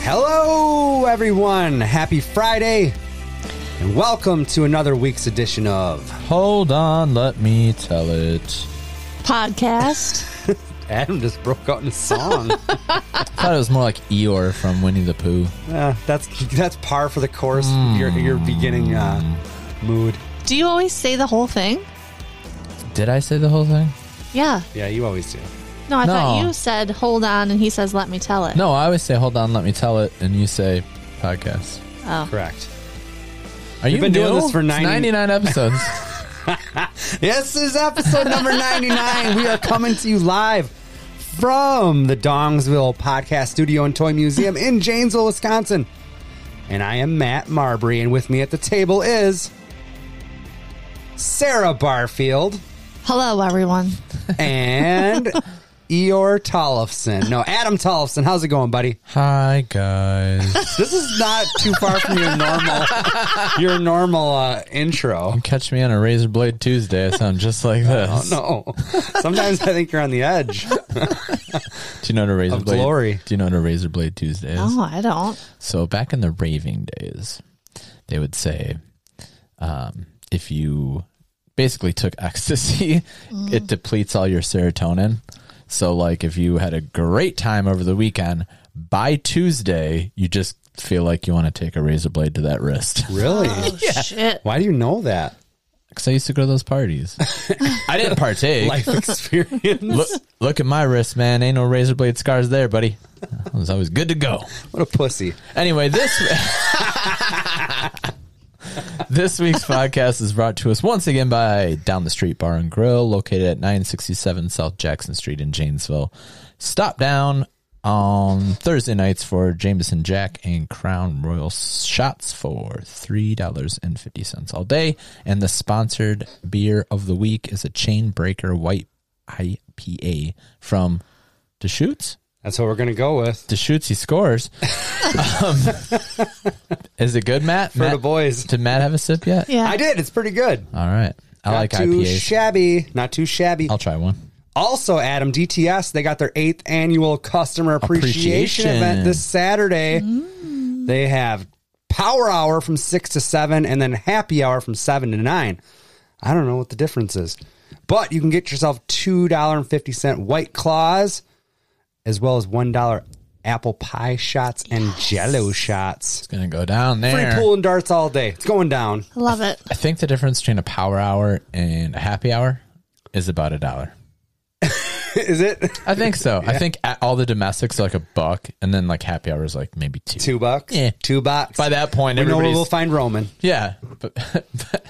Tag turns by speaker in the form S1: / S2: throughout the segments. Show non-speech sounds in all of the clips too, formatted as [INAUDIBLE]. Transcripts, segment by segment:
S1: Hello, everyone. Happy Friday. And welcome to another week's edition of
S2: Hold on, let me tell it.
S3: podcast.
S1: Adam just broke out in song.
S2: I thought it was more like Eeyore from Winnie the Pooh.
S1: Uh, that's that's par for the course. of Your your beginning uh, mood.
S3: Do you always say the whole thing?
S2: Did I say the whole thing?
S3: Yeah.
S1: Yeah, you always do.
S3: No, I thought
S2: No.
S3: you said hold on and he says let me tell it.
S2: No, I always say hold on, let me tell it, and you say podcast.
S1: Correct.
S2: Are you
S1: We've been doing
S2: new?
S1: this for
S2: It's
S1: 90 [LAUGHS]
S2: 99 episodes.
S1: This is episode number 99. We are coming to you live from the Dongsville Podcast Studio and Toy Museum in Janesville, Wisconsin. And I am Matt Marbury, and with me at the table is Sarah Barfield
S3: Hello everyone.
S1: and Eeyore Tollefson. No, Adam Tollefson. How's it going, buddy?
S2: Hi,
S1: [LAUGHS]
S2: guys.
S1: This is not too far from your normal your normal uh, intro.
S2: Catch me on a Razor Blade Tuesday. I sound just like this.
S1: Oh no. Sometimes I think you're on the edge.
S2: Do you know what a Razor
S1: Of
S2: Blade
S1: glory.
S2: Do you know what a Razor Blade Tuesday is?
S3: No, I don't.
S2: So back in the raving days, they would say, um, if you basically took [LAUGHS] ecstasy, it depletes all your serotonin. So like if you had a great time over the weekend, by Tuesday you just feel like you want to take a razor blade to that wrist. [LAUGHS]
S1: Really?
S3: Oh shit.
S1: Why do you know that?
S2: Because I used to go to those parties. I didn't partake.
S1: life experience.
S2: look, look at my wrist, man. Ain't no razor blade scars there, buddy. I was always good to go.
S1: what a pussy.
S2: Anyway, this [LAUGHS] this week's podcast is brought to us once again by Down the Street Bar and Grill, located at 967 South Jackson Street in Janesville. Stop down on Thursday nights for Jameson Jack and Crown Royal shots for $3.50 all day. And the sponsored beer of the week is a Chain Breaker White IPA from Deschutes?
S1: That's what we're going to go with.
S2: Deschutes,
S1: [LAUGHS]
S2: he scores. um, is it good, Matt?
S1: For
S2: Matt-
S1: the boys.
S2: Did Matt have a sip yet?
S3: Yeah.
S1: I did. It's pretty good.
S2: All right. I
S1: Not
S2: like
S1: too
S2: IPAs.
S1: shabby. Not too shabby.
S2: I'll try one.
S1: Also, Adam, DTS, they got their eighth annual customer appreciation,
S2: Appreciation.
S1: event this Saturday. They have power hour from 6 to 7 and then happy hour from 7 to 9. I don't know what the difference is. But you can get yourself $2.50 White Claws as well as $1 apple pie shots and jello shots.
S2: It's going to go down
S1: Free
S2: there.
S1: pool and darts all day. It's going down. [LAUGHS]
S3: I Love it.
S2: I think the difference between a power hour and a happy hour is about a dollar.
S1: is it?
S2: I think so. I think at all the domestics are like a buck, and then like happy hour is like maybe two.
S1: Two bucks?
S2: Yeah.
S1: Two bucks.
S2: By that point,
S1: we know where
S2: everybody's
S1: we'll find Roman.
S2: yeah, but,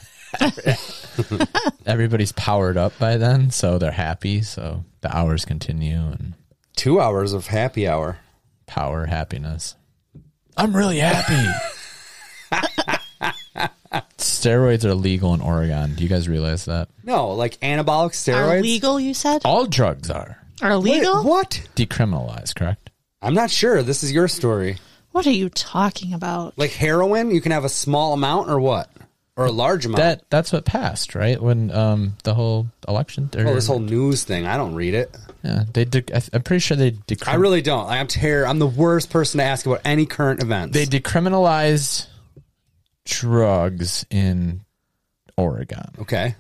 S2: [LAUGHS] everybody's powered up by then, so they're happy. So the hours continue and.
S1: Two hours of happy hour.
S2: power happiness. I'm really happy. [LAUGHS] Steroids are legal in Oregon. Do you guys realize that?
S1: No, like anabolic
S3: Are
S1: steroids.
S3: legal you said?
S2: All drugs are
S3: Are
S1: Wait,
S3: legal? What?
S1: what?
S2: decriminalized, correct?
S1: I'm not sure. This is your story.
S3: are you talking about?
S1: Like heroin, you can have a small amount or what? Or a large amount.
S2: That that's what passed, right? When um the whole election or,
S1: oh, this whole news thing. I don't read it.
S2: yeah, they de- I, I'm pretty sure they
S1: I
S2: decrim-
S1: really don't. Like, I'm ter- I'm the worst person to ask about any current events.
S2: they decriminalized drugs in Oregon.
S1: okay.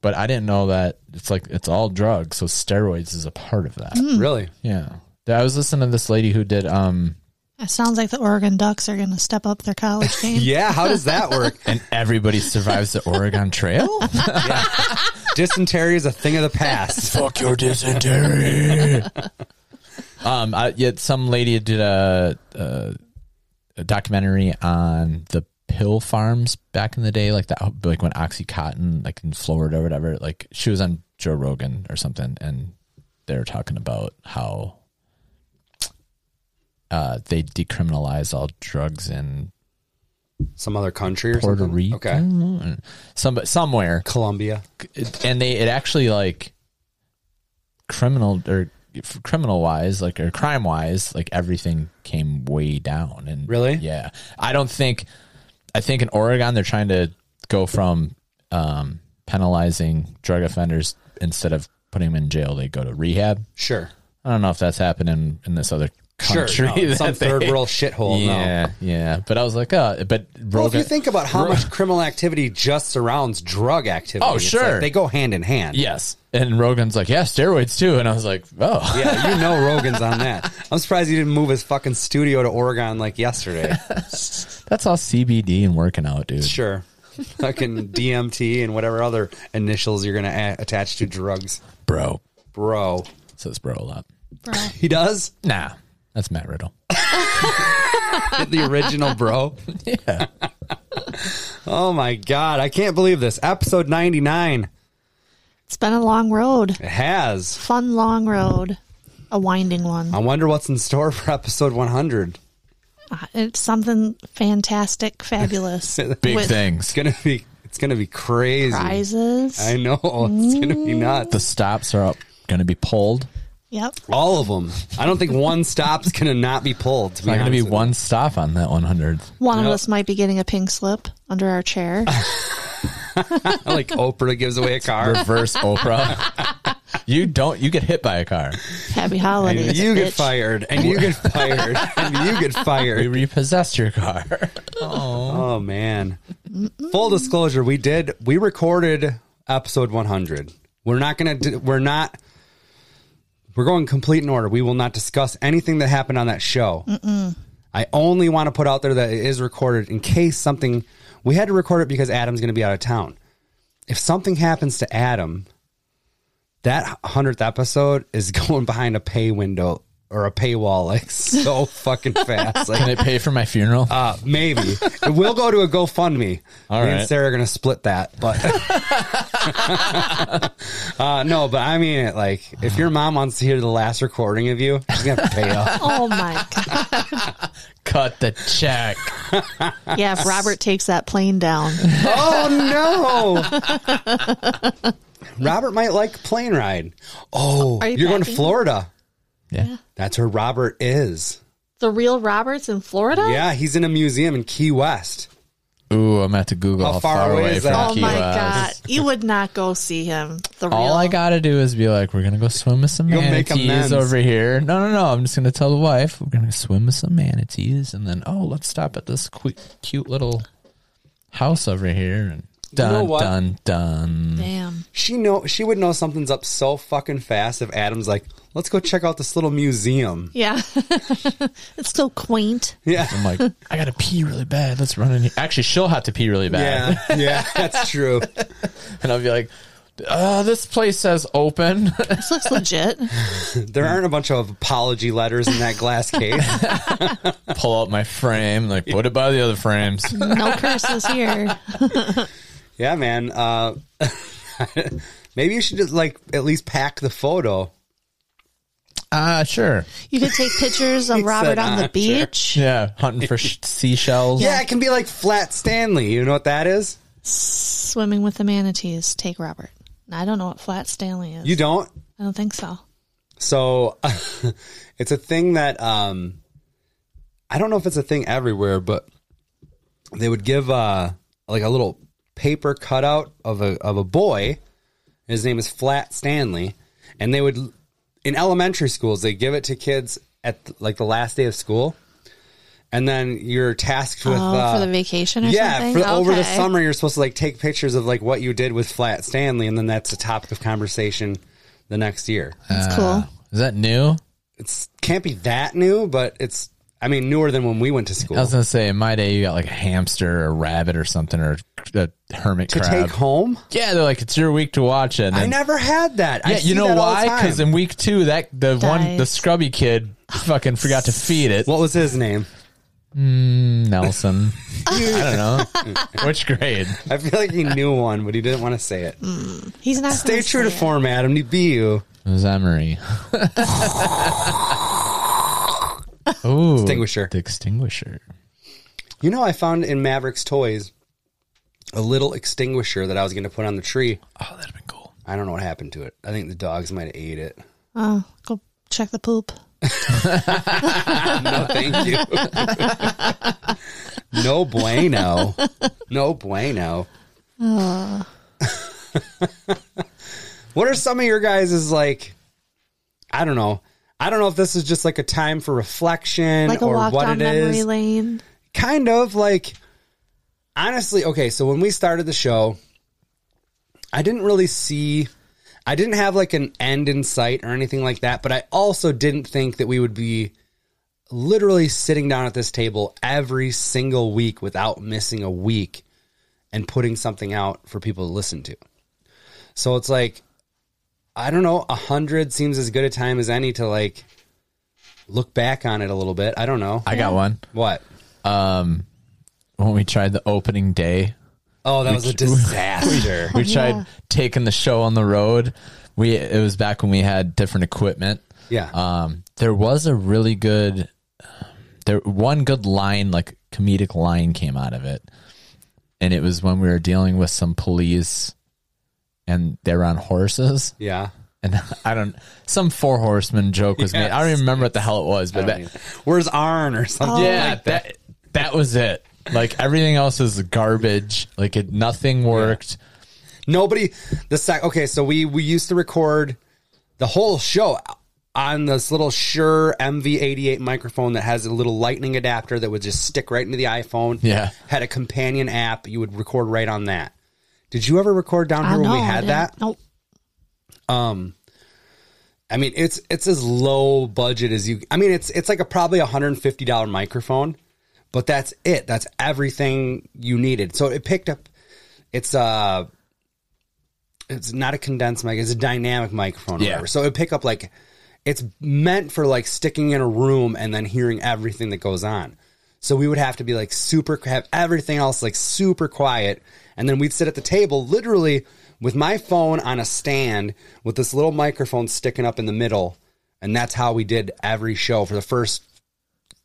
S2: But I didn't know that it's like it's all drugs, so steroids is a part of that.
S3: Hmm.
S1: Really?
S2: Yeah. I was listening to this lady who did um
S3: It sounds like the Oregon Ducks are going to step up their college game.
S1: Yeah, how does that
S3: [LAUGHS]
S1: work?
S2: and everybody survives the Oregon Trail.
S1: Dysentery is a thing of the past.
S2: Fuck your dysentery. um, I, yet some lady did a, a, a documentary on the pill farms back in the day, like that, like when OxyContin, like in Florida or whatever. Like she was on Joe Rogan or something, and they were talking about how uh, they decriminalize all drugs in
S1: Some other country or
S2: Puerto
S1: something?
S2: Rico,
S1: Okay.
S2: some somewhere.
S1: Colombia.
S2: it- and they it actually like criminal or criminal wise like or crime wise like everything came way down and
S1: Really?
S2: yeah i don't think i think in oregon they're trying to go from um penalizing drug offenders instead of putting them in jail they go to rehab
S1: Sure.
S2: i don't know if that's happening in this other
S1: Sure,
S2: country.
S1: no,
S2: [LAUGHS] that
S1: some
S2: they-
S1: third
S2: [LAUGHS]
S1: world shithole. No.
S2: Yeah, yeah. But I was like, uh, but
S1: Well, if
S2: Rogan-
S1: you think about how much criminal activity just surrounds drug activity,
S2: Oh,
S1: it's
S2: sure.
S1: like they go hand in hand.
S2: yes, and Rogan's like, yeah, steroids too, and I was like, oh,
S1: Yeah, you know Rogan's on
S2: [LAUGHS]
S1: that. I'm surprised he didn't move his fucking studio to Oregon like
S2: [LAUGHS]
S1: yesterday.
S2: that's all CBD and working out, dude.
S1: Sure. Fucking DMT and whatever other initials you're going to a- attach to drugs.
S2: Bro
S1: Bro.
S2: says bro a lot.
S3: Bro,
S1: He does?
S2: Nah, that's Matt Riddle.
S1: The original bro.
S2: [LAUGHS] yeah,
S1: [LAUGHS] Oh my God. I can't believe this. Episode 99.
S3: it's been a long road.
S1: It has.
S3: Fun long road. A winding one.
S1: I wonder what's in store for episode 100.
S3: Uh, It's something fantastic, fabulous.
S2: big
S3: With
S1: It's
S2: things.
S1: going to be. It's gonna be crazy.
S3: Prizes.
S1: I know [LAUGHS] it's gonna be nuts.
S2: The stops are up, going to be pulled.
S3: yep.
S1: All of them. I don't think one stop's gonna not be pulled. To
S2: It's not going to be
S1: honest with
S2: one stop on that 100th.
S3: One
S1: Yep.
S3: of us might be getting a pink slip under
S1: [LAUGHS]
S3: our chair.
S1: you. like Oprah gives away a car.
S2: [LAUGHS] Reverse Oprah. You don't. You get hit by a car.
S3: Happy holidays.
S1: you get
S3: bitch.
S1: fired, and you get fired, [LAUGHS] and you get
S2: We
S1: fired.
S2: repossessed your car.
S1: Oh man! Full disclosure: we did we recorded episode 100. We're not gonna. d- We're not. We're going complete in order. We will not discuss anything that happened on that show. I only want to put out there that it is recorded in case something. We had to record it because Adam's going to be out of town. If something happens to Adam, that hundredth episode is [LAUGHS] going behind a pay window or a paywall like so fucking fast. Like
S2: Can it pay for my funeral?
S1: uh, maybe it will go to a GoFundMe.
S2: All
S1: Me and
S2: right.
S1: Sarah are gonna split that,
S2: [LAUGHS]
S1: but uh, no. But I mean it. Like, if your mom wants to hear the last recording of you, she's gonna have to pay
S2: [LAUGHS]
S1: up. [LAUGHS]
S3: Oh my god.
S2: Cut the check.
S3: Yeah, if Robert takes that plane down.
S1: oh no! Robert might like plane ride. Oh,
S3: Are
S1: you
S3: you
S1: are going to
S3: packing?
S1: Florida.
S2: Yeah.
S1: That's where Robert is.
S3: The real Roberts in Florida?
S1: Yeah, he's in a museum in Key West.
S2: Ooh, I'm at to Google
S1: How
S2: how,
S1: far
S2: far,
S1: away
S2: away
S1: is
S2: from
S1: that?
S3: Oh
S2: Key
S3: my
S2: West.
S3: god. You would not go see him. The real
S2: All I gotta do is be like, we're gonna go swim with some
S1: You'll make amends.
S2: manatees over here. No, no, no. I'm just gonna tell the wife we're gonna swim with some manatees, and then oh, let's stop at this cute, cute little house over here. And dun,
S1: know what?
S2: dun, dun.
S3: Damn.
S1: She know she would know something's up so fucking fast if Adam's like, let's go check out this little museum. [LAUGHS]
S3: Yeah. [LAUGHS] it's so quaint.
S1: Yeah. [LAUGHS]
S2: I'm like, I gotta pee really bad. Let's run in here. Actually, she'll have to pee really bad,
S1: Yeah, yeah, [LAUGHS] that's true.
S2: [LAUGHS] and I'll be like, uh, this place says open. [LAUGHS]
S3: This looks legit.
S1: There aren't a bunch of apology letters in that glass case.
S2: Pull out my frame, like put it by the other frames.
S3: No curses here.
S1: yeah, man. Uh, [LAUGHS] maybe you should just like at least pack the photo.
S2: Ah, sure.
S3: You could take pictures of Robert
S1: said,
S3: on
S1: "Ah,
S3: the beach.
S2: Yeah, hunting for sh- seashells.
S1: Yeah, it can be like Flat Stanley. You know what that is?
S3: Swimming with the manatees. Take Robert. I don't know what Flat Stanley is.
S1: You don't.
S3: I don't think so.
S1: So [LAUGHS] it's a thing that um I don't know if it's a thing everywhere, but they would give uh like a little paper cutout of a of a boy. His name is Flat Stanley, and they would in elementary schools they give it to kids at like the last day of school. And then you're tasked with
S3: oh,
S1: uh,
S3: for the vacation or
S1: yeah,
S3: something?
S1: for the- over the
S3: Okay.
S1: summer, you're supposed to like take pictures of like what you did with Flat Stanley, and then that's a topic of conversation the next year.
S3: That's cool.
S2: Ah, Is that new?
S1: It's can't be that new, but it's I mean newer than when we went to school.
S2: I was gonna say in my day you got like a hamster or a rabbit or something or a hermit
S1: to
S2: crab.
S1: take home,
S2: yeah, they're like it's your week to watch it. And
S1: I
S2: then-
S1: never had that. I
S2: Yeah,
S1: see
S2: you know
S1: that all the
S2: why?
S1: time.
S2: Because in week two, that the one
S3: Dies.
S2: the scrubby kid fucking forgot to feed it. Mm,
S1: what was his name?
S2: Nelson.
S1: [LAUGHS]
S2: I don't know [LAUGHS] which grade.
S1: I feel like he knew one, but he didn't want to say it.
S3: He's not.
S1: Stay
S3: gonna
S1: true to
S3: say it.
S1: form, Adam. You be you.
S2: It was
S1: [LAUGHS]
S2: Emery. Ooh,
S1: Extinguisher.
S2: The extinguisher.
S1: You know, I found in Maverick's toys a little extinguisher that I was going to put on the tree.
S2: Oh, that'd have been cool.
S1: I don't know what happened to it. I think the dogs might have ate it.
S3: Oh, go check the poop.
S1: [LAUGHS] No, thank you. no bueno. No [LAUGHS] bueno. what are some of your guys' like? I don't know. I don't know if this is just like a time for reflection
S3: Like a
S1: or
S3: walk
S1: what
S3: down
S1: it
S3: memory
S1: is.
S3: lane.
S1: Kind of like honestly, okay, so when we started the show, I didn't really see I didn't have like an end in sight or anything like that, but I also didn't think that we would be literally sitting down at this table every single week without missing a week and putting something out for people to listen to. So it's like I don't know, a hundred seems as good a time as any to like look back on it a little bit. I don't know.
S2: I got one. Um,
S1: what?
S2: When we tried the opening day,
S1: Oh, that was a disaster.
S2: [LAUGHS] we
S3: yeah.
S2: tried taking the show on the road. We it was back when we had different equipment.
S1: yeah.
S2: Um, there was a really good there one good line, like comedic line came out of it. And it was when we were dealing with some police and they were on horses.
S1: yeah.
S2: And [LAUGHS] I don't some four horseman joke was made. I don't
S1: Yes.
S2: even remember what the hell it was, but
S1: I
S2: that,
S1: mean, where's Arn or
S3: Oh.
S1: something?
S2: yeah,
S1: like that.
S2: that. that was it. Like everything else is garbage. Like it, nothing worked.
S1: Nobody. The sec. Okay, so we we used to record the whole show on this little Shure MV88 microphone that has a little lightning adapter that would just stick right into the iPhone.
S2: Yeah.
S1: Had a companion app. You would record right on that. Did you ever record down here
S3: I
S1: when
S3: know.
S1: we
S3: I
S1: had
S3: didn't- oh,
S1: that?
S3: Nope.
S1: I mean, it's it's as low budget as you. I mean, it's it's like a probably a hundred and fifty dollar microphone, but that's it. That's everything you needed. So it picked up. It's uh it's not a condensed mic. It's a dynamic microphone. Or
S2: Yeah.
S1: whatever. So it pick up like it's meant for like sticking in a room and then hearing everything that goes on. So we would have to be like super have everything else like super quiet, and then we'd sit at the table literally with my phone on a stand with this little microphone sticking up in the middle, and that's how we did every show for the first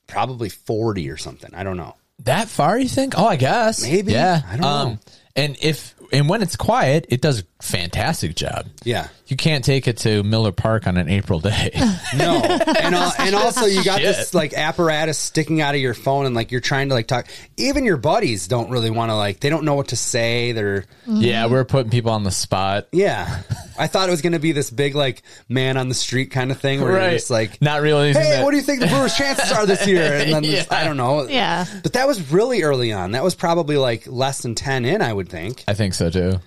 S1: probably forty or something. I don't know.
S2: That far, you think? Oh, I guess
S1: Maybe.
S2: Yeah, Um,
S1: I don't know.
S2: And if and when it's quiet, it does a fantastic job.
S1: Yeah.
S2: You can't take it to Miller Park on an
S1: [LAUGHS]
S2: April day. [LAUGHS]
S1: No, and, al- and also you got this
S2: Shit.
S1: like apparatus sticking out of your phone, and like you're trying to like talk. Even your buddies don't really want to like. They don't know what to say. They're
S2: yeah, we're putting people on the spot.
S1: yeah. I thought it was going to be this big like man on the street kind of thing where you're just like,
S2: not really.
S1: hey, what do you think the Brewers' chances are this year? And then
S2: [LAUGHS]
S1: this- I don't know.
S3: Yeah.
S1: but that was really early on. That was probably like less than ten in, I would think.
S2: I think so too.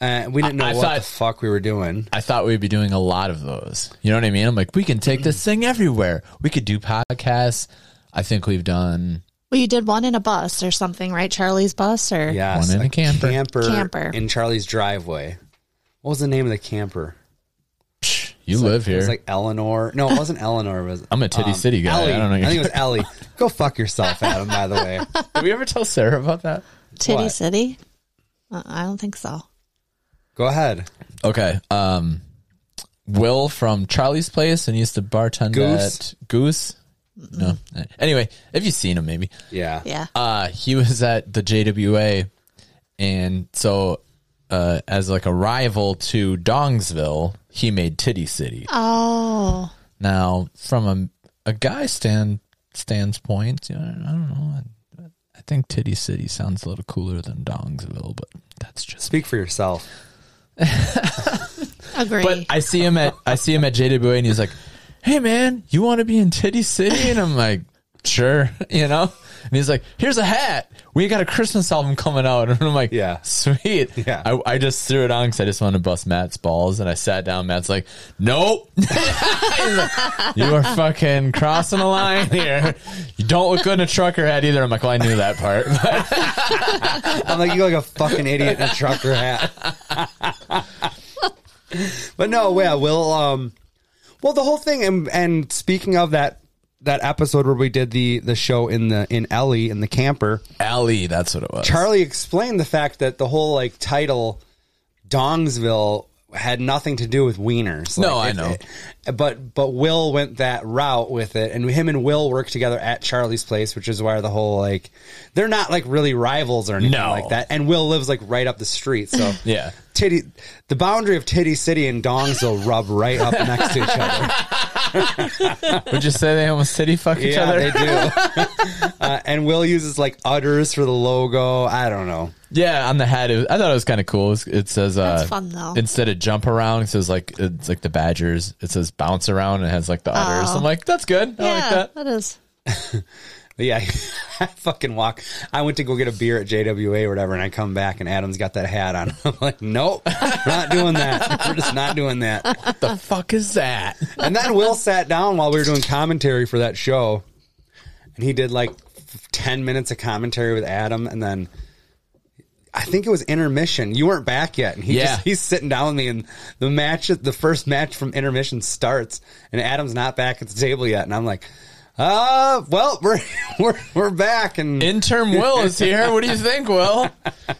S1: Uh, we didn't know
S2: I- I
S1: what
S2: thought-
S1: the fuck we were doing.
S2: I thought we'd be doing a lot of those. You know what I mean? I'm like, we can take this thing everywhere. We could do podcasts. I think we've done
S3: Well, you did one in a bus or something, right? Charlie's bus or
S1: Yeah,
S2: One in a camper.
S1: camper,
S3: Camper.
S1: in Charlie's driveway. What was the name of the camper?
S2: You live
S1: It
S2: here.
S1: was like Eleanor. No, it wasn't Eleanor. It was
S2: [LAUGHS] I'm a Titty City guy.
S1: Ellie.
S2: I don't know.
S1: think it was Ellie. Go fuck yourself, Adam. By the way,
S2: [LAUGHS] Did we ever tell Sarah about that?
S3: Titty
S1: What?
S3: City. Uh, I don't think so.
S1: go ahead.
S2: Okay. Um, Will from Charlie's Place and he used to bartend
S1: Goose?
S2: at Goose. No. Anyway, if you've seen him, maybe.
S1: Yeah,
S3: Yeah.
S2: Uh, he was at the JWA, and so uh, as like a rival to Dongsville, he made Titty City.
S3: Oh,
S2: Now, from a a guy stand standpoint, you know, I don't know. I, I think Titty City sounds a little cooler than Dongsville, but that's just
S1: Speak for yourself.
S3: agree.
S2: But I see him at I see him at JWA, and he's like, "Hey, man, you want to be in Titty City?" And I'm like, "Sure," [LAUGHS] you know. And he's like, "Here's a hat. We got a Christmas album coming out." [LAUGHS] And I'm like,
S1: Yeah.
S2: sweet."
S1: Yeah.
S2: I, I just threw it on because I just wanted to bust Matt's balls, and I sat down. Matt's like, "Nope, [LAUGHS] He's like, you are fucking crossing a line here. You don't look good in a trucker hat either." I'm like, "Well, I knew that part." [LAUGHS]
S1: I'm like you, look like a fucking idiot in a trucker hat. [LAUGHS] but no, yeah, we'll um, well, the whole thing. And and speaking of that, that episode where we did the the show in the in Ellie in the camper.
S2: Alley, that's what it was.
S1: Charlie explained the fact that the whole like title Dongsville had nothing to do with wieners.
S2: No,
S1: Like,
S2: I
S1: it-
S2: know.
S1: it- but but Will went that route with it, and him and Will work together at Charlie's place, which is where the whole like they're not like really rivals or anything
S2: No.
S1: like that. And Will lives like right up the street, so
S2: [LAUGHS] yeah.
S1: titty, the boundary of Titty City and Dongsville rub right
S2: [LAUGHS]
S1: up next to each other.
S2: Would you say they almost city fuck each
S1: Yeah,
S2: other?
S1: they do.
S2: [LAUGHS]
S1: uh, and Will uses like udders for the logo. I don't know.
S2: Yeah, on the hat. It was, I thought it was kind of cool. It, was- it says uh,
S3: That's fun, though.
S2: Instead of jump around, it says like it's like the Badgers. It says bounce around and it has like the otters. I'm like, that's good. I
S3: Oh. yeah,
S2: like that.
S3: that is.
S1: But yeah, [LAUGHS] I fucking walk. I went to go get a beer at JWA or whatever, and I come back and Adam's got that hat on. [LAUGHS] I'm like, nope, not doing that. [LAUGHS] We're just not doing that.
S2: What the fuck is that? [LAUGHS]
S1: And then Will sat down while we were doing commentary for that show, and he did like f- ten minutes of commentary with Adam, and then I think it was intermission. You weren't back yet, and he
S2: Yeah.
S1: just, he's sitting down with me, and the match, the first match from intermission starts, and Adam's not back at the table yet, and I'm like, uh, well, we're [LAUGHS] we're we're back, and
S2: Intern Will is here. What do you think, Will?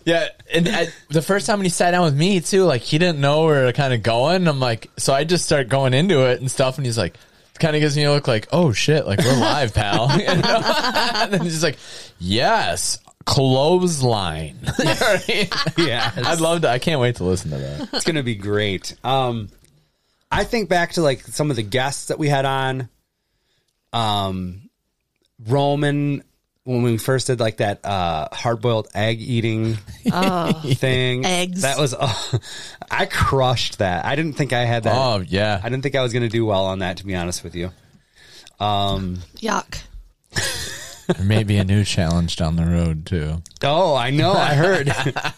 S2: Yeah, and I, the first time when he sat down with me too, like he didn't know where to kind of going. I'm like, so I just start going into it and stuff, and he's like, kind of gives me a look like, oh shit, like we're live, pal. [LAUGHS] You know? and then he's like, yes, clothesline. [LAUGHS] You know what I mean?
S1: yeah,
S2: I'd love to. I can't wait to listen to that.
S1: it's gonna be great. Um, I think back to like some of the guests that we had on. Um, Roman when we first did like that uh hard boiled egg eating thing.
S3: Eggs.
S1: That was oh, I crushed that. I didn't think I had that.
S2: [LAUGHS] Oh
S1: I
S2: yeah,
S1: didn't think I was gonna do well on that. To be honest with you,
S3: Yuck.
S2: there may be a new challenge down the road too.
S1: oh, I know. I heard.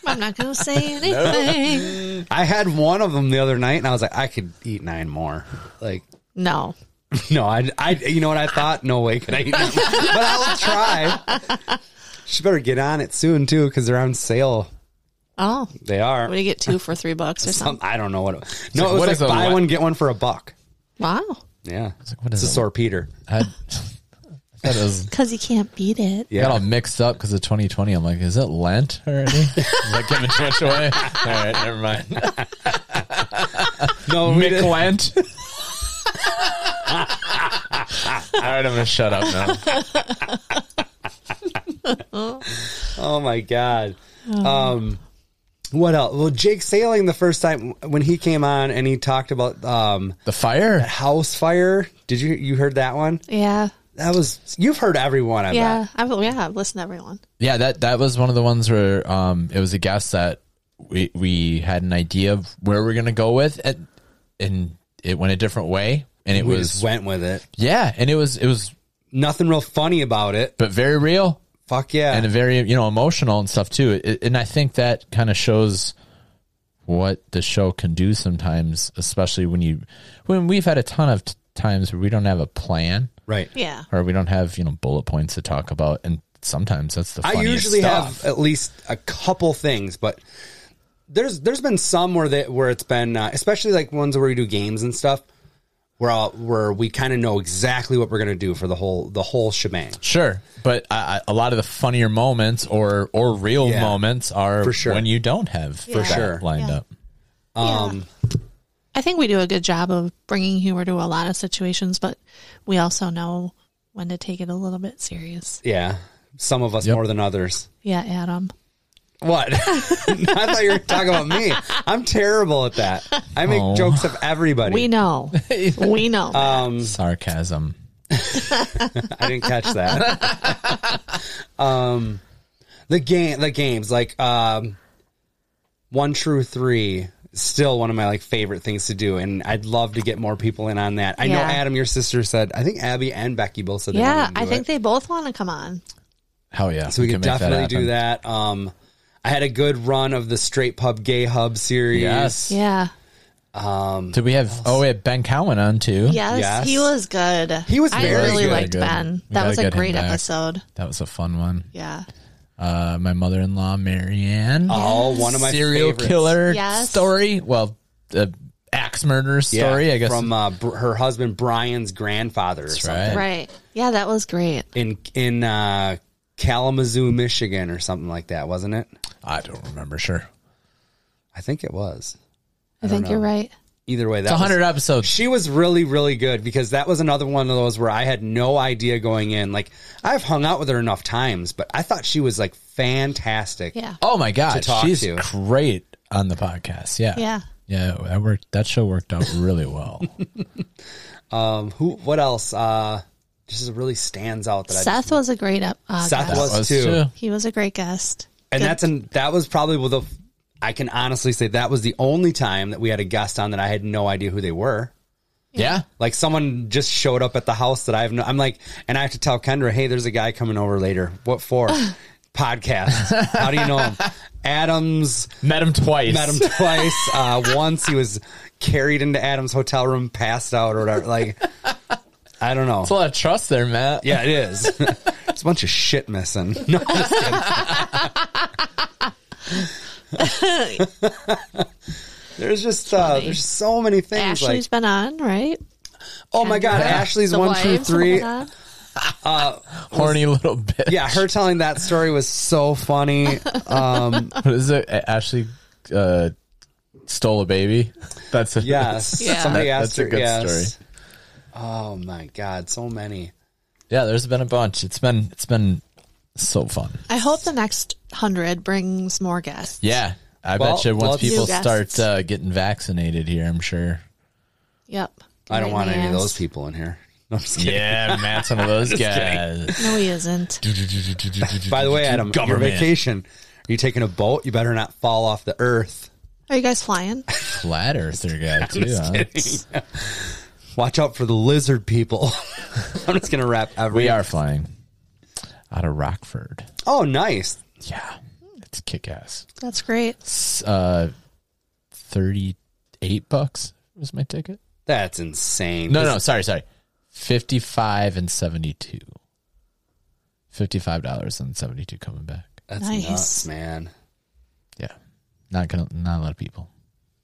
S3: I'm not
S1: [LAUGHS]
S3: going to say anything.
S1: I had one of them the other night, and I was like, I could eat nine more. Like,
S3: no.
S1: No, I, I, you know what I thought? No way can I eat
S3: [LAUGHS]
S1: that. but I will try. She better get on it soon too, because they're on sale.
S3: Oh.
S1: They are.
S3: What do you get two for three bucks or
S1: Um,
S3: something?
S1: I don't know what. It, no,
S2: like,
S1: it
S2: what
S1: was
S2: is
S1: like
S2: a
S1: buy
S2: la-
S1: one get one for a buck.
S3: Wow.
S1: Yeah, it's,
S2: like, what is
S1: a sorpeter.
S2: [LAUGHS] I, I thought it was
S3: Because you can't beat it.
S2: I got all
S1: Yeah,
S2: mixed up because of 2020. I'm like, is it Lent already? [LAUGHS] Is that giving too much [LAUGHS] away? All right, never mind.
S1: no, we
S2: Mick
S1: did,
S2: Lent. all right, I'm gonna shut up now.
S1: [LAUGHS] oh my god. Um, what else? Well, Jake Sailing the first time when he came on and he talked about um
S2: [LAUGHS] The fire.
S1: house fire. Did you you heard that one?
S3: Yeah.
S1: That was you've heard everyone. I bet.
S3: Yeah. I've, yeah. I've listened to everyone.
S2: Yeah, that that was one of the ones where um, it was a guess that we we had an idea of where we're gonna go with it, and it went a different way, and it
S1: We
S2: was
S1: just went with it.
S2: yeah, and it was it was
S1: Nothing real funny about it.
S2: but very real.
S1: Fuck yeah.
S2: and very you know emotional and stuff too. It, and I think that kind of shows what the show can do sometimes, especially when you when we've had a ton of t- times where we don't have a plan
S1: right.
S3: Yeah.
S2: or we don't have you know bullet points to talk about, and sometimes that's the
S1: I
S2: funniest
S1: usually
S2: stuff.
S1: have at least a couple things, but there's there's been some where they, where it's been uh, especially like ones where we do games and stuff where I'll, where we kind of know exactly what we're gonna do for the whole the whole shebang.
S2: Sure, but I, I, a lot of the funnier moments or or real
S1: Yeah.
S2: moments are
S1: For sure.
S2: when you don't have
S3: For
S2: that
S1: sure.
S2: lined
S3: Yeah.
S2: up.
S1: Um,
S3: I think we do a good job of bringing humor to a lot of situations, but we also know when to take it a little bit serious.
S1: yeah, some of us
S2: Yep.
S1: more than others.
S3: Yeah, Adam.
S1: What? [LAUGHS] I thought you were talking about me. I'm terrible at that. I make
S2: Oh.
S1: jokes of everybody.
S3: We
S1: [LAUGHS]
S3: know. we know.
S1: um,
S2: Sarcasm.
S1: I didn't catch that. [LAUGHS] um, the game, the games like um, one true three, still one of my like favorite things to do, and I'd love to get more people in on that. I know
S3: Yeah.
S1: Adam, your sister said. I think Abby and Becky both said. they
S3: yeah,
S1: wanted to
S3: I
S1: do
S3: think
S1: it.
S3: they both want to come on.
S2: Hell yeah!
S1: so we can
S2: can make
S1: definitely do
S2: happen.
S1: that. Um, I had a good run of the Straight Pub Gay Hub series.
S2: Yes.
S3: Yeah.
S2: Did we have? Oh, we had Ben Cowan on too.
S3: Yes,
S1: Yes.
S3: he was good.
S1: He was
S3: I
S1: very
S3: really
S1: good.
S3: liked
S2: Good.
S3: Ben.
S2: We
S3: that
S2: gotta
S3: was a
S2: get him
S3: great
S2: back.
S3: episode.
S2: That was a fun one.
S3: Yeah.
S2: Uh, my mother-in-law, Marianne,
S1: Oh, one of my
S2: serial
S1: favorites.
S2: killer
S3: Yes.
S2: story. Well, uh, axe murder
S1: Yeah,
S2: story. I guess.
S1: from uh, br- her husband Brian's grandfather or something.
S2: right.
S3: Right. Yeah, that was great.
S1: in in uh, Kalamazoo, Michigan, or something like that, wasn't it?
S2: I don't remember. Sure,
S1: I think it was.
S3: I, think you're right.
S1: Either way,
S2: it's
S1: that
S2: hundred
S1: was,
S2: episodes.
S1: she was really really good because that was another one of those where I had no idea going in. Like I've hung out with her enough times, but I thought she was like fantastic.
S3: Yeah.
S2: Oh my god,
S1: talk
S2: she's
S1: to.
S2: great. on the podcast. Yeah.
S3: Yeah.
S2: Yeah, that worked. That show worked out
S1: [LAUGHS]
S2: really well.
S1: Um, who? What else? Uh, just really stands out that
S3: Seth was a great up.
S1: I,
S3: Uh,
S1: Seth
S3: guest.
S1: was, too,
S3: He was a great guest.
S1: and
S3: Good.
S1: that's an that was probably well, the I can honestly say that was the only time that we had a guest on that I had no idea who they were.
S2: Yeah.
S1: Like someone just showed up at the house that I've no, I'm like, and I have to tell Kendra, hey, there's a guy coming over later. What
S3: [LAUGHS]
S1: for? Podcast. How do you know him? Adams
S2: Met him twice.
S1: met him twice. Uh, once he was carried into Adam's hotel room, passed out or whatever. Like, I don't know.
S2: That's a lot of trust there, Matt.
S1: Yeah, it is. [LAUGHS] it's a bunch of shit missing. [LAUGHS] No, I'm just kidding. [LAUGHS] there's just uh,
S3: funny.
S1: there's so many things
S3: Ashley's
S1: like
S3: been on, right?
S1: oh my god,
S3: Kendra,
S1: Ashley's
S3: the
S1: one through
S3: wives have [LAUGHS]
S1: three.
S3: been on.
S2: Horny little bit.
S1: Yeah, her telling that story was so
S3: [LAUGHS]
S1: funny. Um,
S2: What is it? A- Ashley uh, stole a baby. That's a,
S1: yes,
S3: Yeah.
S1: somebody
S2: That-
S1: asked
S2: that's a
S1: her.
S2: good
S1: yes.
S2: story.
S1: Oh my god, so many.
S2: Yeah, there's been a bunch. It's been it's been so fun.
S3: I hope the next hundred brings more guests.
S2: Yeah. I
S1: Well,
S2: bet you once
S1: let's-
S2: people
S3: New guests.
S2: start uh, getting vaccinated here, I'm sure.
S3: Yep.
S1: I don't
S3: Right
S1: want
S3: in the
S1: any of
S3: ass.
S1: those people in here. [LAUGHS] No, I'm just kidding.
S2: [LAUGHS] Yeah, Matt's one of those guys.
S3: No, he isn't.
S1: By the way, Adam, your
S2: Government.
S1: vacation. Are you taking a boat? You better not fall off the earth.
S3: Are you
S1: [LAUGHS]
S3: guys flying?
S2: Flat earther [LAUGHS] guy too. huh?
S1: Watch out for the lizard people. [LAUGHS] I'm just gonna wrap every.
S2: We are flying out of Rockford.
S1: Oh, nice.
S2: Yeah, it's kick ass.
S3: That's great.
S2: Uh, Thirty eight bucks was my ticket.
S1: That's insane.
S2: No, no, sorry, sorry. Fifty five and seventy two. Fifty five dollars and seventy two coming back.
S1: that's
S3: Nice.
S1: nuts, man.
S2: Yeah, not gonna not a lot of people.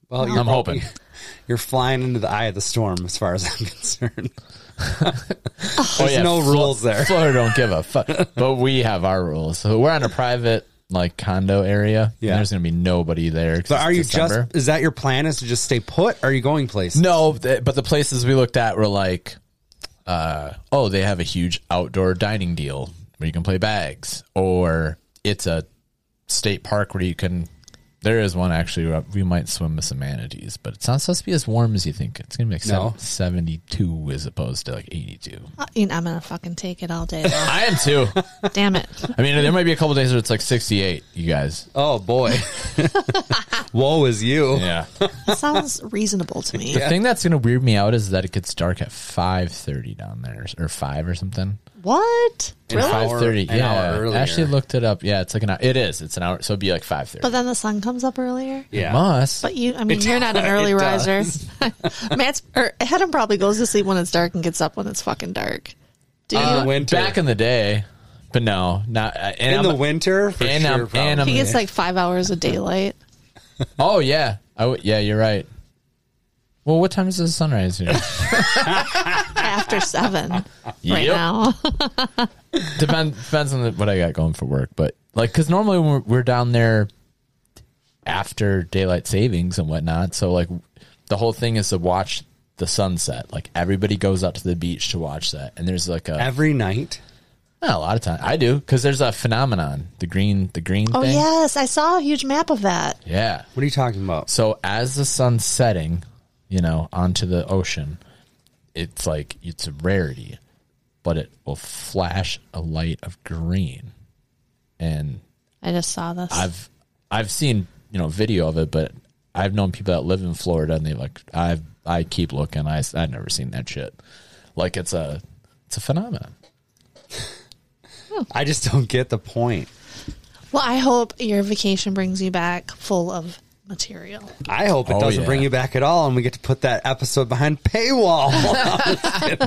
S1: Well,
S2: I'm hoping.
S1: [LAUGHS] you're flying into the eye of the storm, as far as I'm [LAUGHS] concerned.
S2: There's
S1: no rules there.
S2: Florida don't give
S1: [LAUGHS]
S2: a fuck, but we have our rules. So we're on a private like condo area. Yeah,
S1: Yeah.
S2: there's gonna be nobody there.
S1: So, are you just? Is that your plan? Is to just stay put? are you going places?
S2: No, th- but the places we looked at were like, uh, oh, they have a huge outdoor dining deal where you can play bags, or it's a state park where you can. There is one actually where we might swim with some manatees, but it's not supposed to be as warm as you think. It's gonna be like
S1: No.
S2: seven- 72 as opposed to like 82.
S3: I mean, I'm gonna fucking take it all
S1: [LAUGHS]
S3: day. though.
S2: I am too.
S3: Damn it.
S2: I mean, there might be a couple days where it's like 68, you guys.
S1: Oh
S2: [LAUGHS]
S1: boy. Woe is you.
S2: Yeah.
S3: That sounds reasonable to me.
S2: The thing that's gonna weird me out is that it gets dark at 5:30 down there or 5 or something.
S3: What?
S1: An hour-
S2: Five thirty.
S1: an
S2: Yeah,
S1: hour earlier.
S2: Ashley looked it up. Yeah, it's like an hour. It is. It's an hour. So it'd be like five thirty.
S3: But then the sun comes up earlier.
S1: Yeah.
S2: must.
S3: But you, I mean,
S1: It
S3: you're not an
S1: does-
S3: early
S1: it
S3: riser.
S1: [LAUGHS]
S3: [LAUGHS] Matt's or Adam probably goes to sleep when it's dark and gets up when it's fucking dark. Do you?
S1: In the winter.
S2: Uh, back in the day. But no, not uh, and
S1: in
S2: I'm-
S1: the winter. For
S2: and
S1: sure,
S2: I'm-
S1: probably.
S2: and I'm-
S3: he gets like five hours of daylight.
S2: Oh yeah. I would. yeah, you're right. Well, what time is the
S1: [LAUGHS]
S2: sunrise here?
S3: after seven right
S2: Yep.
S3: now.
S2: Depend, depends on the, what I got going for work, but like because normally we're, we're down there after daylight savings and whatnot. So like the whole thing is to watch the sunset. Like everybody goes out to the beach to watch that, and there's like a
S1: every night.
S2: Not a lot of time. I do because there's a phenomenon, the green, the green
S3: oh
S2: thing.
S3: yes, I saw a huge map of that.
S2: Yeah.
S1: What are you talking about?
S2: So as the sun's setting, you know, onto the ocean, it's like it's a rarity, but it will flash a light of green, and
S3: I just saw this.
S2: I've I've seen you know video of it, but I've known people that live in Florida and they like I I keep looking. I I've never seen that shit. Like it's a it's a phenomenon.
S1: I just don't get the point.
S3: well, I hope your vacation brings you back full of material.
S1: I hope it
S2: Oh,
S1: doesn't
S2: yeah.
S1: bring you back at all, and we get to put that episode behind paywall.